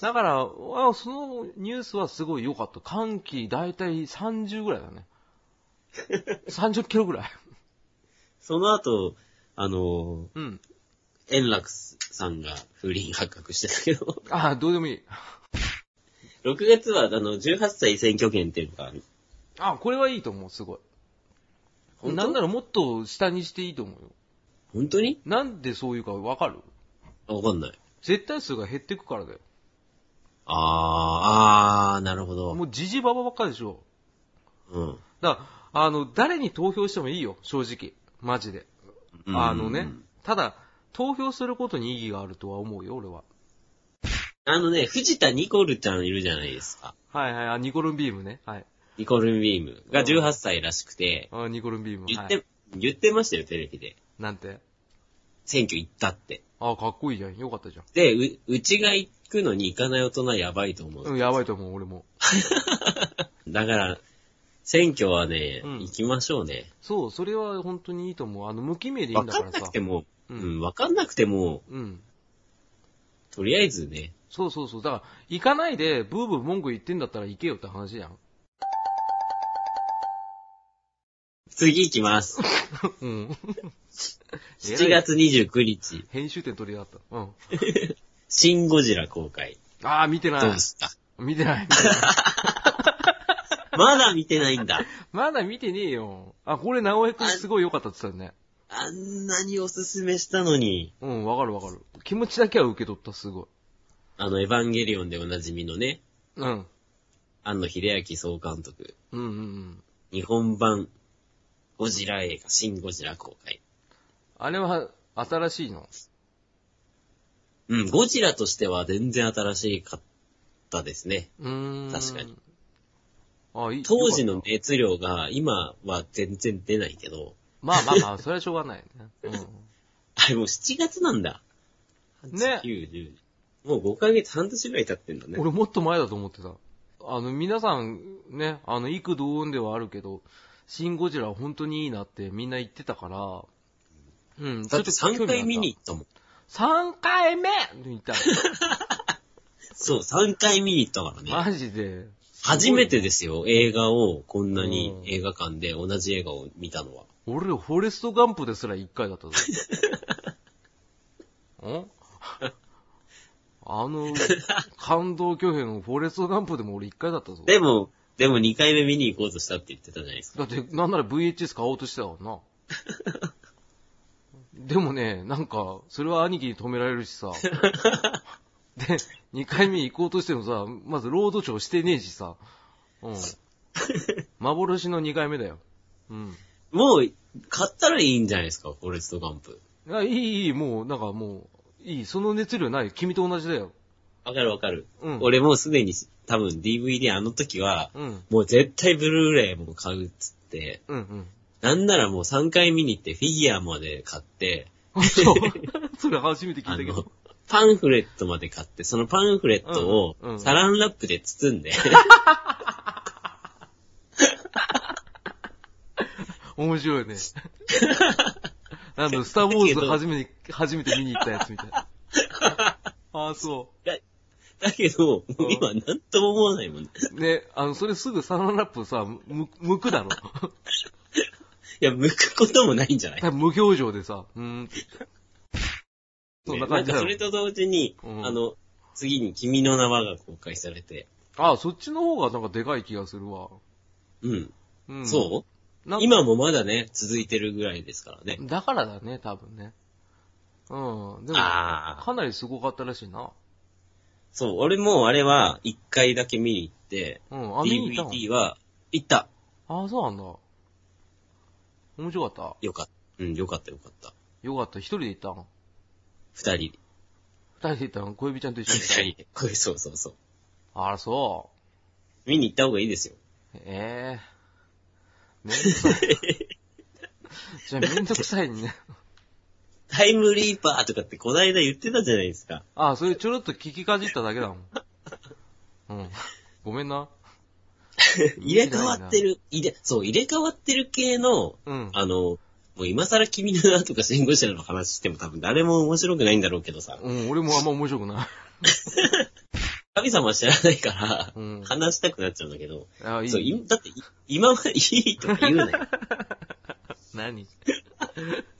Speaker 1: だから、あそのニュースはすごい良かった。寒気大体30ぐらいだ ね。30キロぐらい。
Speaker 2: その後、あの
Speaker 1: うん。
Speaker 2: ー、円楽さんが不倫発覚してたけど、
Speaker 1: ああ、どうでもいい。
Speaker 2: 6月は、あの、18歳選挙権っていうのが、
Speaker 1: ああ、これはいいと思う、すごい。
Speaker 2: 本当
Speaker 1: なんならもっと下にしていいと思うよ。
Speaker 2: 本当に
Speaker 1: なんでそういうかわかる
Speaker 2: あわかんない。
Speaker 1: 絶対数が減ってくからだよ。
Speaker 2: あー、あー、なるほど。
Speaker 1: もうじじばばばっかりでしょ。
Speaker 2: うん。
Speaker 1: だから、あの、誰に投票してもいいよ、正直。マジで。あの
Speaker 2: う
Speaker 1: ね
Speaker 2: ん。。
Speaker 1: ただ、投票することに意義があるとは思うよ、俺は。
Speaker 2: あのね、藤田ニコルちゃんいるじゃないですか。
Speaker 1: はいはい、あ、ニコルンビームね。はい。
Speaker 2: ニコルンビームが18歳らしくて、
Speaker 1: あニコルンビーム。
Speaker 2: 言っ
Speaker 1: はい、
Speaker 2: て、言ってましたよ、テレビで。
Speaker 1: なんて。
Speaker 2: 選挙行ったって。
Speaker 1: あかっこいいじゃん。よかったじゃん。
Speaker 2: で、う、うちが行くのに行かない大人やばいと思う。
Speaker 1: うん、やばいと思う、俺も。
Speaker 2: だから、選挙はね、
Speaker 1: うん
Speaker 2: 行きましょうね。
Speaker 1: そう、それは本当にいいと思う。あの、無記名でいいん
Speaker 2: わ
Speaker 1: だか
Speaker 2: からん
Speaker 1: さ
Speaker 2: なく。ても、
Speaker 1: う
Speaker 2: うんん、わかんなくても、
Speaker 1: うん。
Speaker 2: とりあえずね、
Speaker 1: そうそうそう。だから、行かないで、ブーブー文句言ってんだったら行けよって話じゃん。
Speaker 2: 次行き ます。
Speaker 1: うん。
Speaker 2: 7月29日、
Speaker 1: 編集点取りやがった。うん。
Speaker 2: シン・ゴジラ公開。
Speaker 1: ああ、見てな
Speaker 2: どう
Speaker 1: い。
Speaker 2: ですか
Speaker 1: 見 てない。見てない
Speaker 2: まだ見てないんだ。
Speaker 1: まだ見てねえよ。あ、これ、直江くんすごい良かったって言ってたよね。
Speaker 2: あんなにおすすめしたのに、
Speaker 1: うん、わかるわかる。気持ちだけは受け取った、すごい。
Speaker 2: あの、エヴァンゲリオンでおなじみのね、
Speaker 1: うん。
Speaker 2: 安野秀明総監督、
Speaker 1: うんうんうん。
Speaker 2: 日本版、ゴジラ映画、シン・ゴジラ公開。
Speaker 1: あれは、新しいの
Speaker 2: うん、ゴジラとしては全然新しかったですね。
Speaker 1: うーん。
Speaker 2: 確かに。
Speaker 1: あ、いい。
Speaker 2: 当時
Speaker 1: よ
Speaker 2: の
Speaker 1: かっ
Speaker 2: 熱量が今は全然出ないけど、
Speaker 1: た。まあまあまあ、それはしょうがないね。 う
Speaker 2: あれもう7月なんだ。
Speaker 1: ね
Speaker 2: 8、9、10。もう5ヶ月、半年ぐらい経ってんだね
Speaker 1: ん。。俺もっと前だと思ってた。あの、皆さん、ね、あの、幾度音ではあるけど、シン・ゴジラは本当にいいなってみんな言ってたから、うん、
Speaker 2: だって3回見に行
Speaker 1: っ
Speaker 2: ったもん。
Speaker 1: た。3回目 言った
Speaker 2: そう、3回見に行ったからね。
Speaker 1: の。マジで。
Speaker 2: 初めてですよ、映画を、こんなに
Speaker 1: うん
Speaker 2: 映画館で同じ映画を見たのは。
Speaker 1: 俺、フォレストガンプですら1回だっ たぞ。んあの、感動巨兵のフォレストガンプでも俺1回だったぞ。
Speaker 2: でも、でも2回目見に行こうとしたって言ってたじゃないですか。
Speaker 1: だって、なんなら VHS 買おうとしてたからな。でもね、なんか、それは兄貴に止められるしさ。で、2回目行こうとしてもさ、まずロードショーしてねえしさ。うん。幻の2回目だよ。うん。
Speaker 2: もう、買ったらいいんじゃないですか、フォレストガンプ。
Speaker 1: いや、いい、いい、もう、なんかもう、いい、その熱量ない。君と同じだよ。
Speaker 2: わかるわかる。
Speaker 1: うん
Speaker 2: 俺もうすでに、多分 DVD あの時は、
Speaker 1: うん。
Speaker 2: もう絶対ブルーレイも買うっつって、
Speaker 1: うんうん。
Speaker 2: なんならもう3回見に行ってフィギュアまで買って、
Speaker 1: あ そう。それ初めて聞いた
Speaker 2: あ
Speaker 1: け
Speaker 2: の
Speaker 1: ど。、
Speaker 2: パンフレットまで買って、そのパンフレット
Speaker 1: うんう
Speaker 2: を
Speaker 1: ん
Speaker 2: サランラップで包ん で、
Speaker 1: 面白 いね。なんだ、スターウォーズ初めて、初めて見に行ったやつみたい な。ああ、そ
Speaker 2: だけど、もう今なんとも思わないもんね。
Speaker 1: う。ね、あの、それすぐサランラップさ、む、む くだろ。
Speaker 2: いや、向くこともないんじゃない
Speaker 1: 多分無表情でさ、うーんって。そんな感
Speaker 2: ね
Speaker 1: じ
Speaker 2: んかそ
Speaker 1: だよ
Speaker 2: れ。と同時に、
Speaker 1: うん
Speaker 2: あの、次に君の名はが公開されて、
Speaker 1: ああ、そっちの方がなんかでかい気がするわ。
Speaker 2: うん。
Speaker 1: うん。
Speaker 2: そう
Speaker 1: うなんか
Speaker 2: 今もまだね、続いてるぐらいですからね。
Speaker 1: だからだね、多分ね。うん。でも、
Speaker 2: ああ。
Speaker 1: かなりすごかったらしいな。
Speaker 2: そう、俺もあれは一回だけ見に行って、
Speaker 1: うん、あ、見に行ったの
Speaker 2: DVD は行った。
Speaker 1: ああ、そうなんだ。面白かった。
Speaker 2: よかった。うん、よかったよかった。
Speaker 1: よかった。一人で行ったの
Speaker 2: 二 人。
Speaker 1: 二人で行ったの小指ちゃんと一緒に行ったの
Speaker 2: 二人。これそうそうそう。
Speaker 1: あら、そ
Speaker 2: 見に行った方がいいですよ。
Speaker 1: う。ええめんどくさい。 じゃあめんどくさいね。
Speaker 2: タイムリーパーとかってこないだ言ってたじゃないです か。
Speaker 1: ああ、それちょろっと聞きかじっただけだもん。うん。ごめんな。
Speaker 2: 入れ替わってる、入れ、そう、入れ替わってる系の、
Speaker 1: うん。
Speaker 2: あの、もう今更君の名とかシンゴジラの話しても多分誰も面白くないんだろうけどさ、
Speaker 1: うん、俺もあんま面白くない。
Speaker 2: 神様は知らないから、
Speaker 1: うん
Speaker 2: 話したくなっちゃうんだけど、
Speaker 1: ああ、い
Speaker 2: そう、
Speaker 1: い。
Speaker 2: いだってい、今はいいとか言うなよ。
Speaker 1: 何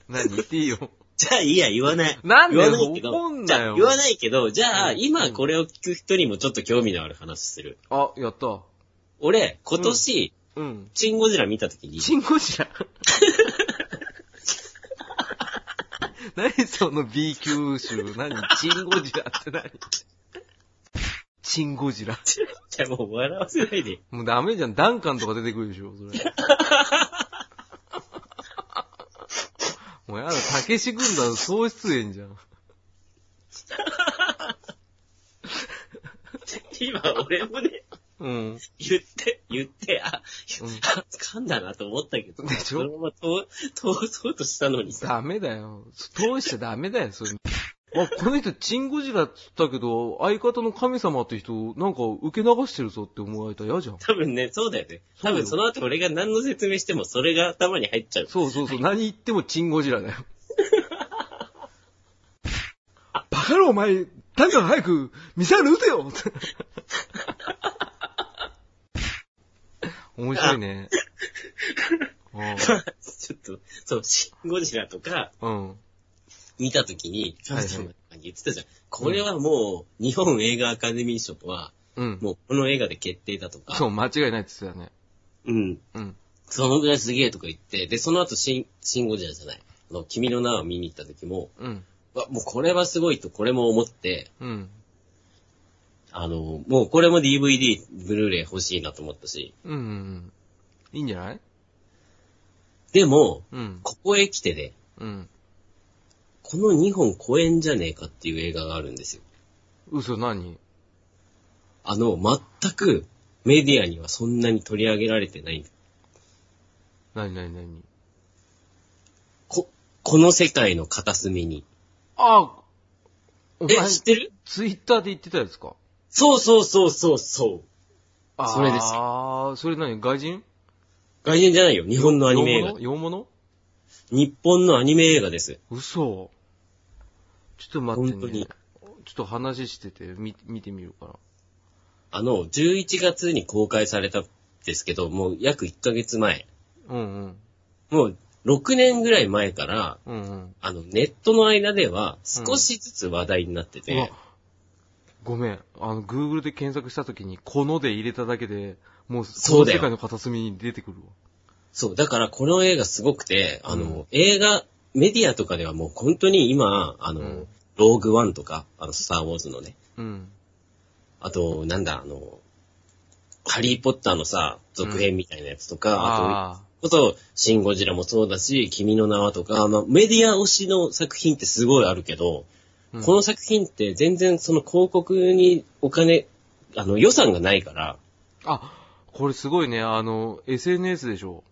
Speaker 1: 何言っていいよ。
Speaker 2: じゃあいいや、言わない。
Speaker 1: なんで
Speaker 2: 言わないけ
Speaker 1: 怒
Speaker 2: ど、
Speaker 1: ん
Speaker 2: じ
Speaker 1: なよ
Speaker 2: ゃあ言わないけど、じゃあ、
Speaker 1: うん
Speaker 2: 今これを聞く人にもちょっと興味のある話する。
Speaker 1: あ、やった。
Speaker 2: 俺、今年、
Speaker 1: うん。
Speaker 2: チンゴジラ見た時に、
Speaker 1: チンゴ ジラ何その B 級集何チンゴジラって何チンゴジラ。
Speaker 2: じゃあもう笑わせないで。
Speaker 1: もうダメじゃん。ダンカンとか出てくるでしょ、それ。もうやだ、たけし軍団総出演じゃん。
Speaker 2: 今、俺もね、
Speaker 1: うん。
Speaker 2: 言って、言って、あ、
Speaker 1: うん
Speaker 2: あ噛んだなと思ったけど、
Speaker 1: でしょ
Speaker 2: そのまま通、通そうとしたのにさ、
Speaker 1: ダメだよ。通しちゃダメだよ、それ。あ、この人、チンゴジラっつったけど、相方の神様って人、なんか受け流してるぞって思われたら嫌じゃん。
Speaker 2: 多分ね、そうだよね。多分そ
Speaker 1: そ
Speaker 2: の後俺が何の説明してもそれが頭に入っちゃう。
Speaker 1: そうそうそう、何言ってもチンゴジラだよ。バカロお前、ダンカン早くミサイル撃て よ面白い ね。
Speaker 2: まあ ちょっと、そう、シン・ゴジラとか
Speaker 1: うん。うん
Speaker 2: 見たときに、キャ
Speaker 1: はい
Speaker 2: プテンとか言ってたじゃん。これはもう、日本映画アカデミー賞は、
Speaker 1: うん。
Speaker 2: もうこの映画で決定だとか、
Speaker 1: そう、間違いないって言ってたね。
Speaker 2: うん。
Speaker 1: うん。
Speaker 2: そのぐらいすげえとか言って、で、その後シン、シン・ゴジラじゃない。あの、君の名を見に行った時も、
Speaker 1: うん。
Speaker 2: わもうこれはすごいとこれも思って、
Speaker 1: うん。
Speaker 2: あの、もうこれも DVD、ブルーレイ欲しいなと思ったし、
Speaker 1: うんうんうん。いいんじゃない
Speaker 2: でも、
Speaker 1: うん。
Speaker 2: ここへ来てね、
Speaker 1: うん。
Speaker 2: この2本公演じゃねえかっていう映画があるんですよ。
Speaker 1: 嘘何
Speaker 2: あの、全くメディアにはそんなに取り上げられてないんだ。
Speaker 1: 何何何
Speaker 2: こ、この世界の片隅に。
Speaker 1: あお
Speaker 2: え
Speaker 1: 前、、
Speaker 2: 知ってる
Speaker 1: ツイッターで言ってたやつか。
Speaker 2: そうそうそうそうそう。
Speaker 1: あー
Speaker 2: それです
Speaker 1: それ何外人
Speaker 2: 外人じゃないよ。日本のアニメ映
Speaker 1: 洋
Speaker 2: 画
Speaker 1: 物。洋物
Speaker 2: 日本のアニメ映画です。
Speaker 1: 嘘。ちょっと待って
Speaker 2: 本当
Speaker 1: ね
Speaker 2: に。
Speaker 1: ちょっと話してて、見、見てみようか
Speaker 2: あの、11月に公開されたんですけど、もう約1ヶ月前。
Speaker 1: な。うんうん。
Speaker 2: もう6年ぐらい前から、
Speaker 1: うんうん。
Speaker 2: あの、ネットの間では少しずつ話題になってて、
Speaker 1: うわごめん。あの、Google で検索したときに、こので入れただけで、もう、そ
Speaker 2: そう
Speaker 1: の
Speaker 2: だ
Speaker 1: 世
Speaker 2: よ
Speaker 1: 界の片隅に出てくるわ。
Speaker 2: そう、だからこの映画すごくて、あの、
Speaker 1: うん
Speaker 2: 映画、メディアとかではもう本当に今、あの、
Speaker 1: うん
Speaker 2: ローグワンとか、あの、スターウォーズのね、
Speaker 1: うん。
Speaker 2: あと、なんだ、あの、ハリーポッターのさ、続編みたいなやつとか、あ
Speaker 1: あ
Speaker 2: と、こそ、シンゴジラもそうだし、君の名はとか、まあ、メディア推しの作品ってすごいあるけど、
Speaker 1: あー、うん
Speaker 2: この作品って全然その広告にお金、あの、予算がないから、
Speaker 1: あ、これすごいね。あの、SNS でしょ。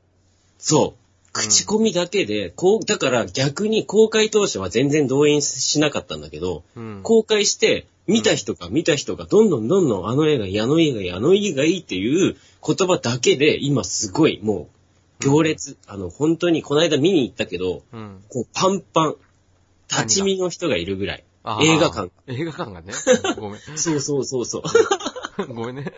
Speaker 2: そう。口コミだけで、こう、だから逆に公開当初は全然動員しなかったんだけど、
Speaker 1: うん。
Speaker 2: 公開して、見た人が見た人がどんどんどんどんあの映画、あの映画、あの映画いいっていう言葉だけで、今すごい、もう、行列、あの、本当にこの間見に行ったけど、
Speaker 1: うん。
Speaker 2: こう、パンパン、立ち見の人がいるぐらい。
Speaker 1: あー
Speaker 2: 映画館。
Speaker 1: 映画館が ね。ごめん。
Speaker 2: そうそうそうそう。
Speaker 1: ごめんね。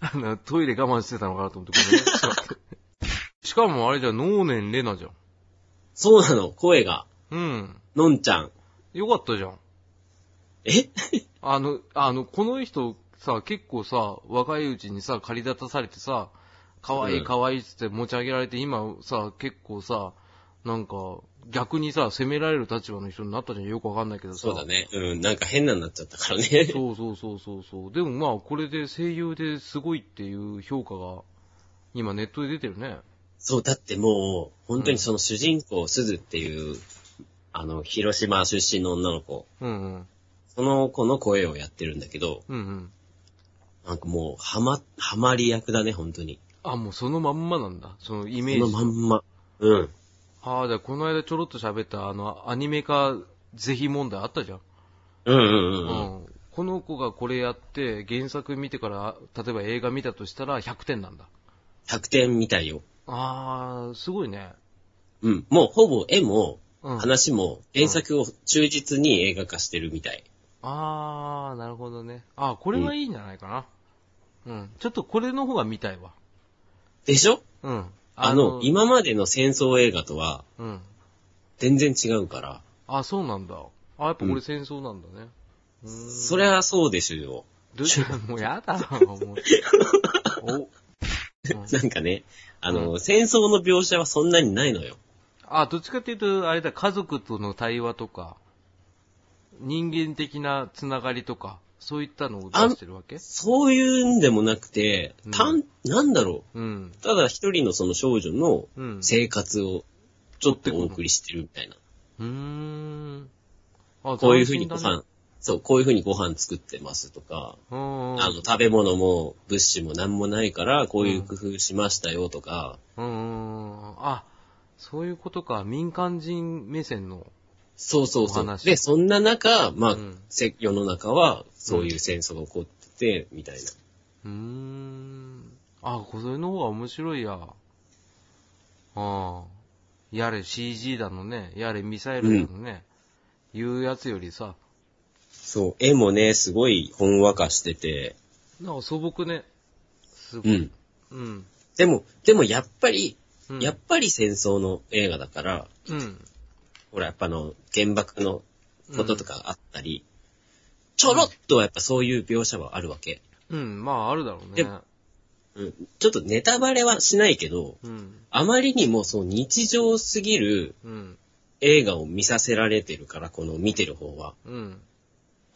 Speaker 1: あの、トイレ我慢してたのかなと思って、ごめんね。ちょっと待って しかもあれじゃん、能年レナじゃん。
Speaker 2: そうなの、声が、
Speaker 1: うん。
Speaker 2: のんちゃん。
Speaker 1: よかったじゃん。
Speaker 2: え
Speaker 1: あの、あの、この人さ、結構さ、若いうちにさ、借り立たされてさ、可愛
Speaker 2: う
Speaker 1: い
Speaker 2: ん
Speaker 1: 可愛いっつって持ち上げられて、今さ、結構さ、なんか、逆にさ、責められる立場の人になったじゃん。よくわかんないけどさ。
Speaker 2: そうだね。うん、なんか変なになっちゃったから ね。
Speaker 1: そうそうそうそうそう。でもまあ、これで声優ですごいっていう評価が、今ネットで出てるね。
Speaker 2: そう、だってもう、本当にその主人公、すずっていう、あの、広島出身の女の子、
Speaker 1: うんうん。
Speaker 2: その子の声をやってるんだけど、
Speaker 1: うんうん。
Speaker 2: なんかもう、はま、はまり役だね、本当に。
Speaker 1: あ、もうそのまんまなんだ。そのイ
Speaker 2: そ
Speaker 1: メー
Speaker 2: の
Speaker 1: ジ。
Speaker 2: まんま。うん。
Speaker 1: ああ、じゃあこの間ちょろっと喋った、あの、アニメ化是非問題あったじゃん。
Speaker 2: うんうんうんうん。
Speaker 1: うん。この子がこれやって、原作見てから、例えば映画見たとしたら100点なんだ。
Speaker 2: 100点みたいよ。
Speaker 1: ああ、すごいね。
Speaker 2: うん。もうほぼ絵も、
Speaker 1: うん。
Speaker 2: 話も、原作を忠実に映画化してるみたい。
Speaker 1: ああ、なるほどね。ああ、これはいいんじゃないかな。うん。ちょっとこれの方が見たいわ。
Speaker 2: でしょ
Speaker 1: うん。
Speaker 2: あの、今までの戦争映画とは、
Speaker 1: うん。
Speaker 2: 全然違うから。
Speaker 1: あ、そうなんだ。あ、やっぱこれ戦争なんだね。うーん。
Speaker 2: そりゃそうでしょよ。
Speaker 1: どうしようもうやだもう。お。
Speaker 2: なんかね、あの、戦争の描写はそんなにないのよ。
Speaker 1: あ、どっちかっていうと、あれだ、家族との対話とか、人間的なつながりとか、そういったのを出してるわけ
Speaker 2: そういうんでもなくて、たん、なんだろ
Speaker 1: うん。
Speaker 2: う。ただ一人のその少女の
Speaker 1: うん。
Speaker 2: 生活をちょっとお送りしてるみたいな。
Speaker 1: うーん。あ
Speaker 2: こういうふうにご。
Speaker 1: 斬新だね
Speaker 2: 飯、そう、こういうふうにご飯作ってますとか、
Speaker 1: うんうん
Speaker 2: あの、食べ物も物資も何もないから、こういう工夫しましたよとか、
Speaker 1: うんうんうん。あ、そういうことか。民間人目線の。
Speaker 2: そうそう
Speaker 1: お
Speaker 2: そう。
Speaker 1: 話
Speaker 2: で、そんな中、まあ、
Speaker 1: うん
Speaker 2: せ世の中はそういう戦争が起こってて、みたいな。
Speaker 1: うーん。あ、これの方が面白いや。ああ。やれ CG だのね。やれミサイルだのね。いうやつよりさ、
Speaker 2: そう、絵もね、すごいほんわかしてて、
Speaker 1: なんか素朴ね。すご
Speaker 2: う
Speaker 1: い。
Speaker 2: ん。
Speaker 1: うん。
Speaker 2: でも、でもやっぱり、
Speaker 1: うん。
Speaker 2: やっぱり戦争の映画だから、
Speaker 1: うん。
Speaker 2: ほら、やっぱあの、原爆のこととかあったり、ちょろっとはやっぱそういう描写はあるわけ。
Speaker 1: うん。まあ、あるだろう
Speaker 2: で
Speaker 1: ね。
Speaker 2: もうん。ちょっとネタバレはしないけど、
Speaker 1: うん。
Speaker 2: あまりにもそう日常すぎる
Speaker 1: うん。
Speaker 2: 映画を見させられてるから、この見てる方は。
Speaker 1: うん。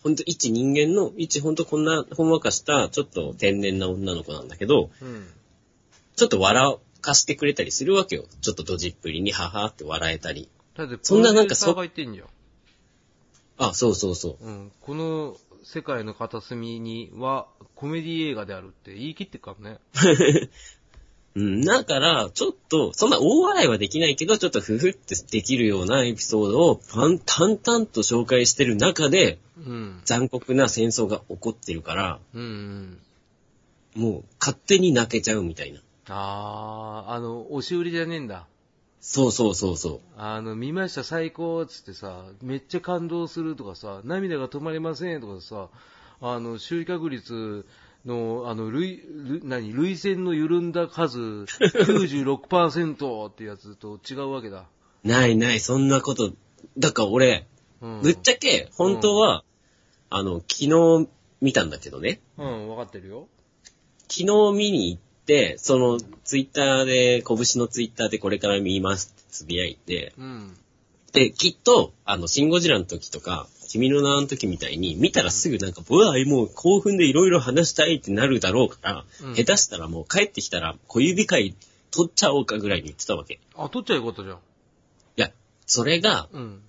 Speaker 2: ほんと一人間の、一ほんとこんなほんわかした、ちょっと天然な女の子なんだけど、
Speaker 1: うん。
Speaker 2: ちょっと笑かしてくれたりするわけよ。ちょっとドジっぷりに、ははって笑えたり。
Speaker 1: だって、
Speaker 2: そんななんかそ
Speaker 1: プロデューサーが言ってんじゃん。
Speaker 2: あ、そうそうそう。
Speaker 1: うん、この世界の片隅にはコメディ映画であるって言い切ってっからね。
Speaker 2: うん、だから、ちょっと、そんな大笑いはできないけど、ちょっとふふってできるようなエピソードをパン淡々と紹介してる中で、
Speaker 1: うん。
Speaker 2: 残酷な戦争が起こってるから、
Speaker 1: うん、うん。
Speaker 2: もう勝手に泣けちゃうみたいな。
Speaker 1: あー、あの、押し売りじゃねえんだ。
Speaker 2: そうそうそうそ
Speaker 1: あの、見ました、最高っつってさ、めっちゃ感動するとかさ、涙が止まりませんとかさ、あの、収穫率の、あの、類、類何、類線の緩んだ数、96%ってやつと違うわけだ。
Speaker 2: う。ないない、そんなこと。だから俺、
Speaker 1: うん。
Speaker 2: ぶっちゃけ、本当は、あの、昨日見たんだけどね。
Speaker 1: うん、わかってるよ。
Speaker 2: 昨日見に行って、その、ツイッターで、拳のツイッターでこれから見ますってつぶやいて、
Speaker 1: うん。
Speaker 2: で、きっと、あの、シンゴジラの時とか、君の名の時みたいに、見たらすぐなんか、うわ、もう興奮でいろいろ話したいってなるだろうから、
Speaker 1: うん
Speaker 2: 下手したらもう帰ってきたら、小指会取っちゃおうかぐらいに言ってたわけ。い
Speaker 1: あ、取っちゃいことじゃん。
Speaker 2: や、それが、
Speaker 1: うん。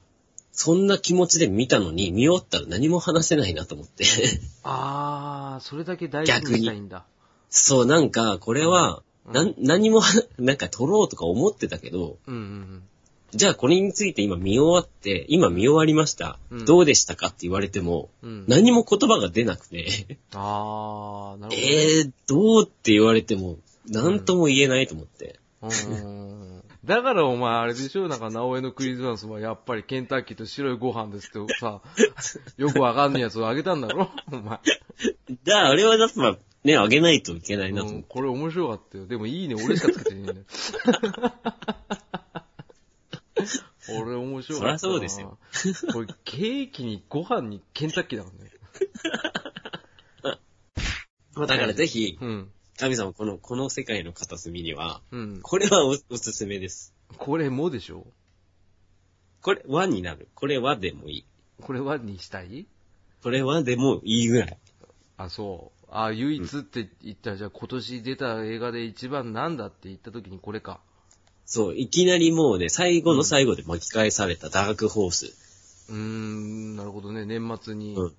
Speaker 2: そんな気持ちで見たのに、見終わったら何も話せないなと思って。
Speaker 1: あー、それだけ大事にしたいんだ。
Speaker 2: そう、なんか、これは、なん、何も話、なんか撮ろうとか思ってたけど、
Speaker 1: うんうん
Speaker 2: じゃあこれについて今見終わって、今見終わりました。
Speaker 1: うん
Speaker 2: どうでしたかって言われても、
Speaker 1: うん。うん。
Speaker 2: 何も言葉が出なくて、
Speaker 1: あー、なるほど。
Speaker 2: えー、どうって言われても、なんとも言えないと思って。
Speaker 1: うんだからお前あれでしょなんか、直江のクリスマスもやっぱりケンタッキーと白いご飯ですってさ、よくわかんないやつをあげたんだろお前、
Speaker 2: じゃあ、あれはやっぱ、ね、あげないといけないなと
Speaker 1: う
Speaker 2: 思っ
Speaker 1: ん
Speaker 2: て。
Speaker 1: これ面白かったよ。でもいいね、俺しかつけてねえんだよ。俺面白かったな。
Speaker 2: そりゃそうですよ。
Speaker 1: これケーキにご飯にケンタッキーだもんね。
Speaker 2: まあだからぜひ、
Speaker 1: うん。
Speaker 2: 神様、この、この世界の片隅には、
Speaker 1: うん。
Speaker 2: これはおおすすめです。
Speaker 1: これもでしょ
Speaker 2: これ、はになる。これはでもいい。
Speaker 1: これはにしたい
Speaker 2: これはでもいいぐらい。
Speaker 1: あ、そう。あ、唯一って言ったら、じゃあ今年出た映画で一番なんだって言った時にこれか。
Speaker 2: そう、いきなりもうね、最後の最後で巻き返されたダークホース。
Speaker 1: うーん、なるほどね。年末に
Speaker 2: うん。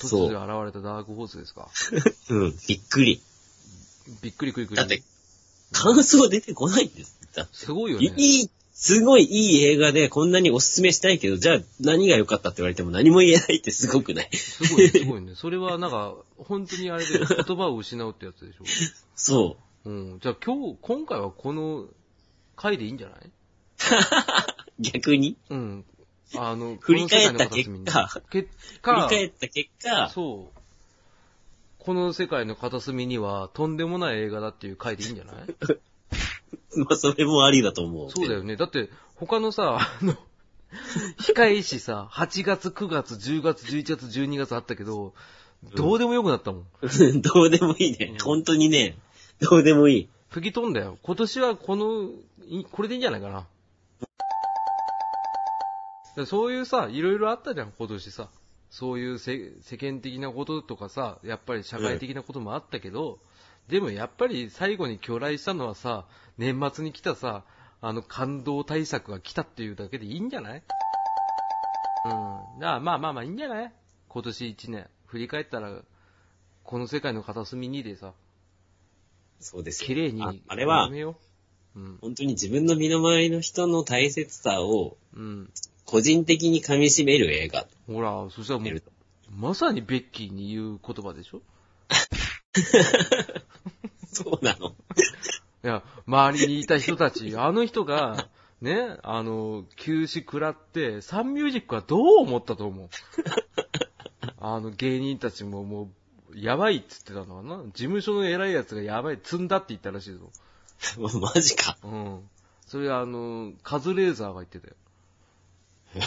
Speaker 1: 突如現れたダークホースですか。
Speaker 2: うん、びっくり。
Speaker 1: びっくりくりくり。
Speaker 2: だって、感想出てこないんです。だって
Speaker 1: すごいよね。
Speaker 2: いい、すごいいい映画でこんなにおすすめしたいけど、じゃあ何が良かったって言われても何も言えないってすごくない。
Speaker 1: すごい、すごいね。それはなんか、本当にあれで言葉を失うってやつ でし
Speaker 2: そ。
Speaker 1: ょ。うん。じゃあ今日、今回はこの回でいいんじゃないう
Speaker 2: 逆に
Speaker 1: うん。あの、
Speaker 2: 振り返った結果
Speaker 1: この世界の片
Speaker 2: 振り
Speaker 1: 隅に結果、
Speaker 2: 返った結果、
Speaker 1: そう。この世界の片隅には、とんでもない映画だっていう回でいいんじゃない
Speaker 2: まあそれもありだと思う。
Speaker 1: そうだよね。だって、他のさ、 あの、控えしさ、8月、9月、10月、11月、12月あったけど、どうでもよくなったもん。
Speaker 2: ね。 どうでもいいね。本当にね、どうでもいい。
Speaker 1: 吹き飛んだよ。今年はこの、いこれでいいんじゃないかな。でそういうさ、いろいろあったじゃん、今年さ。そういうせ世間的なこととかさ、やっぱり社会的なこともあったけど、でもやっぱり最後に巨来したのはさ、年末に来たさ、あの感動対策が来たっていうだけでいいんじゃないうん。だからまあまあまあいいんじゃない今年一年。振り返ったら、この世界の片隅にでさ、
Speaker 2: そうですよ
Speaker 1: 綺麗に
Speaker 2: ああれは
Speaker 1: まとめよう。うん。
Speaker 2: 本当に自分の身の回りの人の大切さを
Speaker 1: うん。
Speaker 2: 個人的に噛み締める映画。
Speaker 1: ほら、そしたらも
Speaker 2: 見る
Speaker 1: う
Speaker 2: と、
Speaker 1: まさにベッキーに言う言葉でしょ
Speaker 2: そう なの。
Speaker 1: いや、周りにいた人 たち、あの人が、ね、あの、休止食らって、サンミュージックはどう思ったと 思うあの、芸人たちももう、やばいっつってたのかな事務所の偉いやつがやばい、積んだって言ったらしいぞ。
Speaker 2: マジか。
Speaker 1: うん。それあの、カズレーザーが言っ てたよ。うん
Speaker 2: で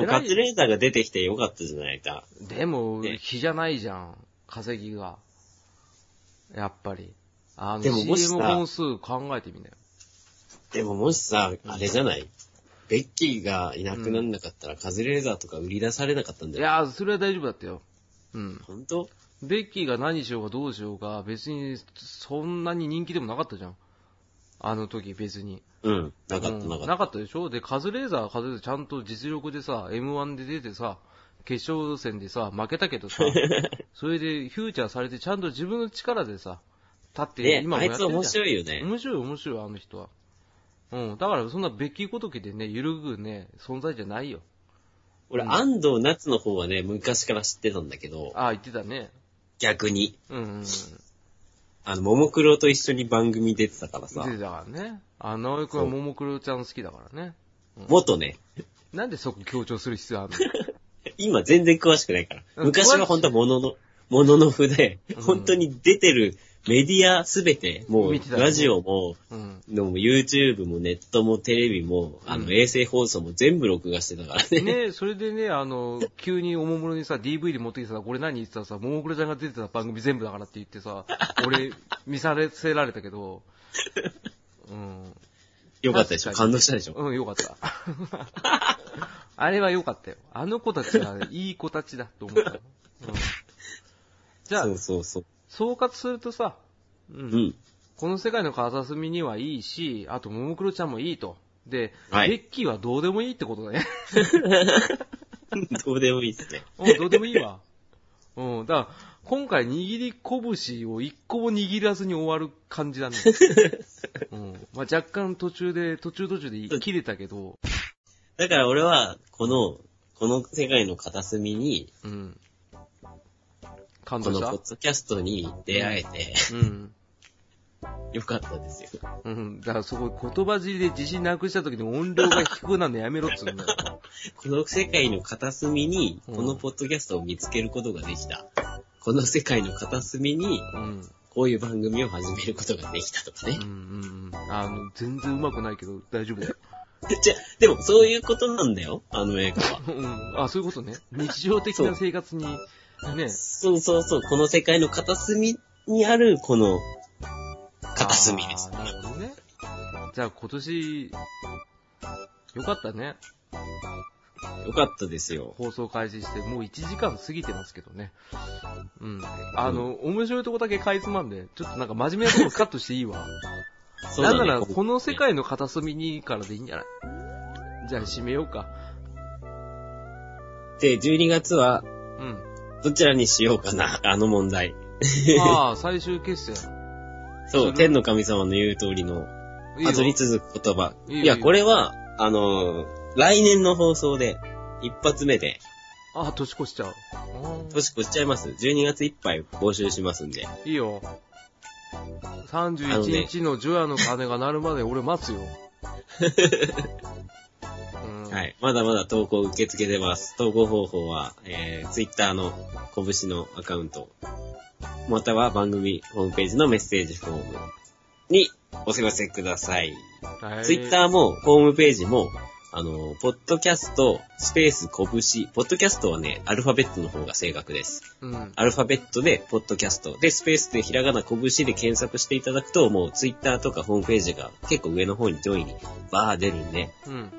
Speaker 2: もカ
Speaker 1: 偉い
Speaker 2: ツレーザーが出てきてよかったじゃないか。
Speaker 1: でも、
Speaker 2: ね
Speaker 1: 日じゃないじゃん。稼ぎが。やっぱり。あの、
Speaker 2: でももしさ
Speaker 1: CM 本数考えてみなよ。
Speaker 2: でももしさ、あれじゃないベッキーがいなくなんなかったら、カズレーザーとか売り出されなかったん
Speaker 1: い
Speaker 2: だよ。
Speaker 1: やー、それは大丈夫だったよ。うん。
Speaker 2: ほんと
Speaker 1: ベッキーが何しようがどうしようが、別に、そんなに人気でもなかったじゃん。あの時、別に。
Speaker 2: うん。なかっ
Speaker 1: う
Speaker 2: た、
Speaker 1: ん
Speaker 2: なかっ
Speaker 1: なかったでしょで、カズレーザーはカズレーザーちゃんと実力でさ、M1 で出てさ、決勝戦でさ、負けたけど さ、それでフューチャーされてちゃんと自分の力でさ、立って
Speaker 2: ね
Speaker 1: 今も
Speaker 2: あ
Speaker 1: やっ
Speaker 2: い
Speaker 1: て
Speaker 2: つ
Speaker 1: るじゃん。
Speaker 2: 面白いよね。
Speaker 1: 面白い面白い、あの人は。うん、だからそんなべきごときでね、揺るぐね、存在じゃないよ。
Speaker 2: 俺、
Speaker 1: うん
Speaker 2: 安藤夏の方はね、昔から知ってたんだけど、
Speaker 1: ああ、言ってたね。
Speaker 2: 逆に。
Speaker 1: うん、うん。
Speaker 2: あの、ももクロと一緒に番組出てたから
Speaker 1: 出
Speaker 2: さ
Speaker 1: て、たからね。あ、直江くんは
Speaker 2: そう
Speaker 1: ももクロちゃん好きだからね。
Speaker 2: 元ね、
Speaker 1: なんでそこ強調する 必要ある
Speaker 2: 今全然詳しくないから。
Speaker 1: うん
Speaker 2: 昔は本当はものの、もののふで
Speaker 1: う、ん
Speaker 2: 本当に出てるメディアすべて、もう
Speaker 1: 見て、たよね
Speaker 2: ラジオも、
Speaker 1: のうん。
Speaker 2: のも YouTube もネットもテレビも、あ
Speaker 1: う
Speaker 2: の、
Speaker 1: ん
Speaker 2: 衛星放送も全部録画してたから ね。
Speaker 1: ねそれでね、あの、急におもむろにさ、DVD 持ってきてさ、これ何言ってたらさ、ももクロちゃんが出てた番組全部だからって言ってさ、俺、見させられた けど、うん。
Speaker 2: よかったでしょ
Speaker 1: 確か
Speaker 2: 感
Speaker 1: に
Speaker 2: 動したでしょ
Speaker 1: うん、よかった。あれはよかったよ。あの子たちは、いい子たちだと思ったよ。うん、じゃあ
Speaker 2: そ、うそうそう。
Speaker 1: 総括するとさ、う、
Speaker 2: うんん。
Speaker 1: この世界の片隅にはいいし、あと、ももクロちゃんもいいと。で、
Speaker 2: はい
Speaker 1: ベッキーはどうでもいいってことだね。
Speaker 2: どうでもいいっすね。
Speaker 1: うん、どうでもいいわ。うん、だから、今回握り拳を一個も握らずに終わる感じだね。 うん。まあ、若干途中で、途中途中で切れたけど、
Speaker 2: だから俺は、この、この世界の片隅に、
Speaker 1: うん。感
Speaker 2: こ
Speaker 1: 動
Speaker 2: の
Speaker 1: し
Speaker 2: ポ
Speaker 1: た
Speaker 2: ッドキャストに出会えて、
Speaker 1: うん。
Speaker 2: よかったですよ。
Speaker 1: うん。だからそこ言葉尻で自信なくした時に音量が低くなるのやめろっつうんだよ。
Speaker 2: この世界の片隅に、
Speaker 1: うん
Speaker 2: このポッドキャストを見つけることができた。この世界の片隅に、
Speaker 1: うん。
Speaker 2: こういう番組を始めることができたとかね
Speaker 1: うん。うんうん。あの、全然上手くないけど大丈夫だよ。
Speaker 2: じゃ、でもそういうことなんだよ、あの映画は。
Speaker 1: うん。あ、そういうことね。日常的な生活に、ね。
Speaker 2: そうそうそう、この世界の片隅にある、この、片隅です
Speaker 1: あ。ーなるほどね。じゃあ今年、よかったね。
Speaker 2: よかったですよ。
Speaker 1: 放送開始して、もう1時間過ぎてますけどね。うん。あの、面白いとこだけかいつまんで、ちょっとなんか真面目なとこカットしていいわ。
Speaker 2: そう
Speaker 1: な
Speaker 2: だ
Speaker 1: ん
Speaker 2: ね
Speaker 1: なら、こ
Speaker 2: こ
Speaker 1: の世界の片隅にからでいいんじゃないじゃあ、締めようか。
Speaker 2: で、12月は、
Speaker 1: うん。
Speaker 2: どちらにしようかな、あの問題。
Speaker 1: ああ、最終決戦。
Speaker 2: そ、
Speaker 1: そうれ
Speaker 2: 天の神様の言う通りの、
Speaker 1: いい
Speaker 2: 後に
Speaker 1: よ。
Speaker 2: 続く言葉。
Speaker 1: いいよ
Speaker 2: いや、
Speaker 1: いいよ
Speaker 2: これは、あのー来年の放送で、一発目で、
Speaker 1: ああ、年越しちゃう。
Speaker 2: 年越しちゃいます。12月いっぱい募集しますんで。
Speaker 1: いいよ。
Speaker 2: あのね
Speaker 1: 31日の除夜の鐘が鳴るまで俺待つよ。うん
Speaker 2: はい。まだまだ投稿受け付けてます。投稿方法は、えー、Twitter の拳のアカウント、または番組ホームページのメッセージフォームにお寄せください。
Speaker 1: はい。
Speaker 2: Twitter もホームページも、あの、ポッドキャスト、スペース、拳、ポッドキャストはね、アルファベットの方が正確です。
Speaker 1: うん。
Speaker 2: アルファベットで、ポッドキャスト。で、スペースでひらがな拳で検索していただくと、もうツイッターとかホームページが結構上の方に上位にバー出るんで、
Speaker 1: うん。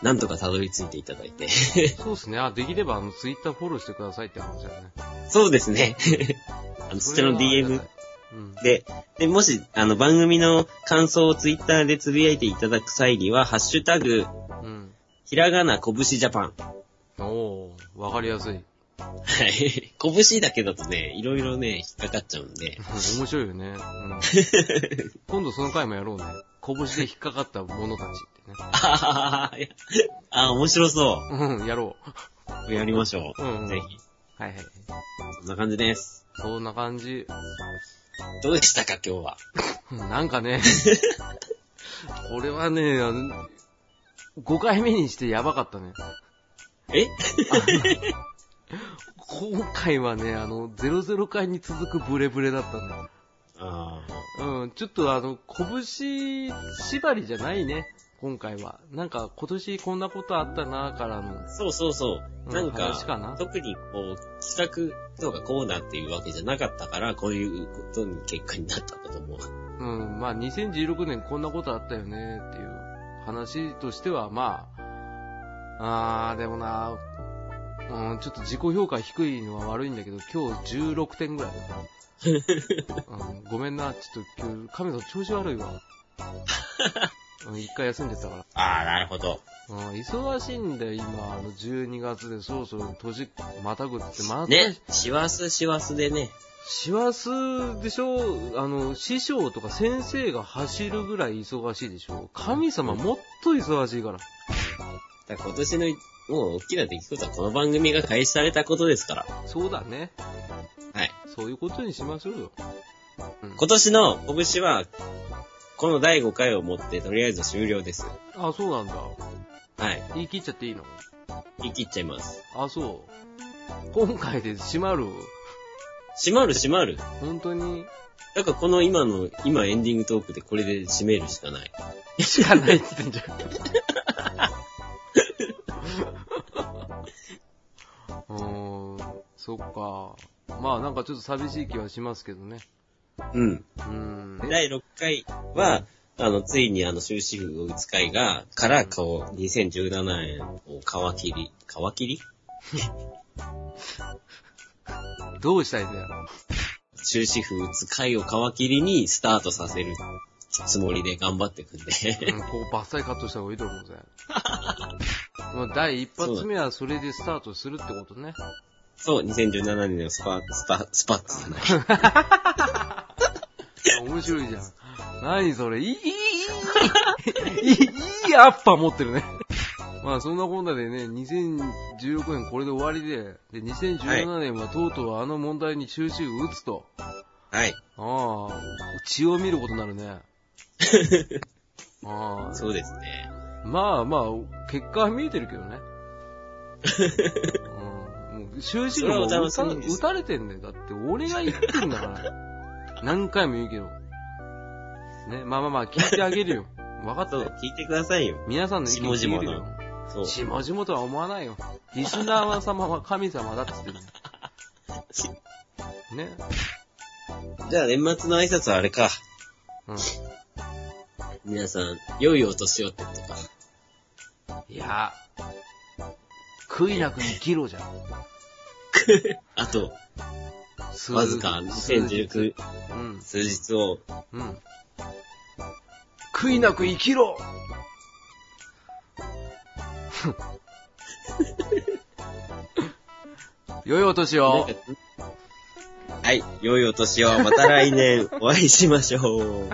Speaker 2: なんとかたどり着いていただいて。
Speaker 1: そうですね。あ、できれば、あの、ツイッターフォローしてくださいって話だよね。
Speaker 2: そうですね。 あの、そちらの
Speaker 1: れはありが
Speaker 2: DM
Speaker 1: たい。うん。
Speaker 2: で、で、もし、あの、番組の感想をツイッターでつぶやいていただく際には、ハッシュタグ、
Speaker 1: うん。
Speaker 2: ひらがな拳ジャパン。
Speaker 1: おー、わかりやすい。
Speaker 2: はい。 拳だけだとね、いろいろね、引っかかっちゃうん で。
Speaker 1: 面白いよね。 うん、今度その回もやろうね。拳で引っかかった者たちってね。
Speaker 2: あーいやあー、面白そ
Speaker 1: うん、やろ
Speaker 2: う。やりましょ
Speaker 1: う。うん、う
Speaker 2: う。
Speaker 1: ん。
Speaker 2: ぜ
Speaker 1: はい
Speaker 2: ひ。
Speaker 1: はい。
Speaker 2: そんな感じです。
Speaker 1: そんな感じ。
Speaker 2: どうでしたか、今日は。
Speaker 1: うんなんか ね、これはね、あの5回目にしてやばかったね。
Speaker 2: え
Speaker 1: 今回はね、あの、00回に続くブレブレだったね。
Speaker 2: あ
Speaker 1: うん、ちょっとあの、拳縛りじゃないね、今回は。なんか、今年こんなことあったな、からの
Speaker 2: ーそうそうそう。なん
Speaker 1: うん話
Speaker 2: か、
Speaker 1: かな
Speaker 2: 特にこう、企画とかコーナーっていうわけじゃなかったから、こういうことに結果になったんだと思う。
Speaker 1: うん、まあ2016年こんなことあったよねっていう話としては、まあ、あー、でもな、うん、ちょっと自己評価低いのは悪いんだけど、今日16点ぐらいだな。うん、ごめんな、ちょっと今日、カメさん調子悪いわ。うん一回休んでたから。
Speaker 2: ああ、なるほど。
Speaker 1: うん、忙しいんだよ、今、あの、12月で、そろそろ年、またぐって、また、
Speaker 2: ね、師走師走でね。
Speaker 1: 師走でしょあの、師匠とか先生が走るぐらい忙しいでしょ神様もっと忙しいから。
Speaker 2: だから今年の、もう大きな出来事はこの番組が開始されたことですから。
Speaker 1: そうだね。
Speaker 2: はい。
Speaker 1: そういうことにしましょうよ。うん、
Speaker 2: 今年の拳は、この第5回をもってとりあえず終了です。
Speaker 1: あ、そうなんだ。
Speaker 2: はい。
Speaker 1: 言い切っちゃっていいの
Speaker 2: 言い切っちゃいます。
Speaker 1: あ、そう。今回で閉まる。
Speaker 2: 閉まる閉まる。
Speaker 1: 本当に。
Speaker 2: だからこの今の、今エンディングトークでこれで締めるしかない。
Speaker 1: しかないって言ってんじ ゃん。うーん、そっか。まあなんかちょっと寂しい気はしますけどね。
Speaker 2: うん。
Speaker 1: うーん。
Speaker 2: 第6回は、あの、ついにあの、終止符を打つ回が、から顔、2017円を皮切り、皮切り
Speaker 1: どうしたいんだよ。
Speaker 2: 終止符打つ回を皮切りにスタートさせるつもりで頑張っていくん で。
Speaker 1: うん、こうバッサリカットした方がいいと思うぜ。まあ第一発目はそれでスタートするってことね。
Speaker 2: そう、2017年のスパ、スパ、スパッツじゃない。
Speaker 1: 面白いじゃん。何それ、いい、いい、いい、いいアッパー持ってるね。まあそんなこんなでね、2016年これで終わりで、で、2017年はとうとうあの問題に終止符打つと。
Speaker 2: はい。
Speaker 1: ああ、血を見ることになるね。あ
Speaker 2: そうですね。
Speaker 1: あ、まあまあ、結果は見えてるけどね。 うん、もう終止符も
Speaker 2: それはお
Speaker 1: 打
Speaker 2: 楽したみにです
Speaker 1: 打たれてんだよ。だって俺が言ってんだから。 何回も言うけど。ね、まあまあまあ、聞いてあ げるよ。分かった
Speaker 2: そう、
Speaker 1: よ。
Speaker 2: 聞いてくださいよ。
Speaker 1: 皆さんの意見聞いてるよ。
Speaker 2: そう。
Speaker 1: しもじもとは思わないよ。リスナー様は神様だって 言ってる
Speaker 2: し
Speaker 1: のね。
Speaker 2: じゃあ年末の挨拶はあれか。
Speaker 1: うん。
Speaker 2: 皆さん、良いお年をって ことか。
Speaker 1: いや、悔いなく生きろじゃん。
Speaker 2: あと、
Speaker 1: 数
Speaker 2: わずか2019
Speaker 1: うん、
Speaker 2: 数日を、
Speaker 1: うん。悔いなく生きろ良いお年
Speaker 2: なん
Speaker 1: を
Speaker 2: かはい、良いお年を、また来年お会いしましょう。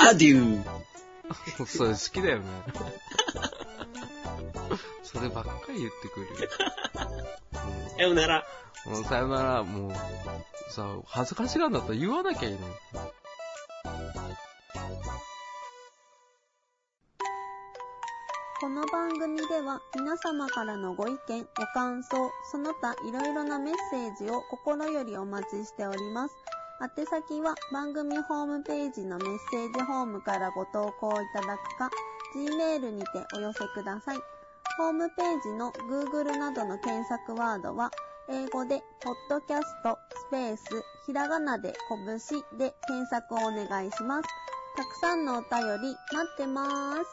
Speaker 2: アデュー
Speaker 1: それ好きだよね。そればっかり言ってくるよ。
Speaker 2: さよなら。
Speaker 1: うん、もうさよなら、もう、さ、恥ずかしがんだったら言わなきゃいいのに。
Speaker 3: この番組では皆様からのご意見、ご感想、その他いろいろなメッセージを心よりお待ちしております。宛先は番組ホームページのメッセージフォームからご投稿いただくか、Gmail にてお寄せください。ホームページの Google などの検索ワードは、英語で、ポッドキャスト、スペース、ひらがなで、こぶしで検索をお願いします。たくさんのお便り、待ってまーす。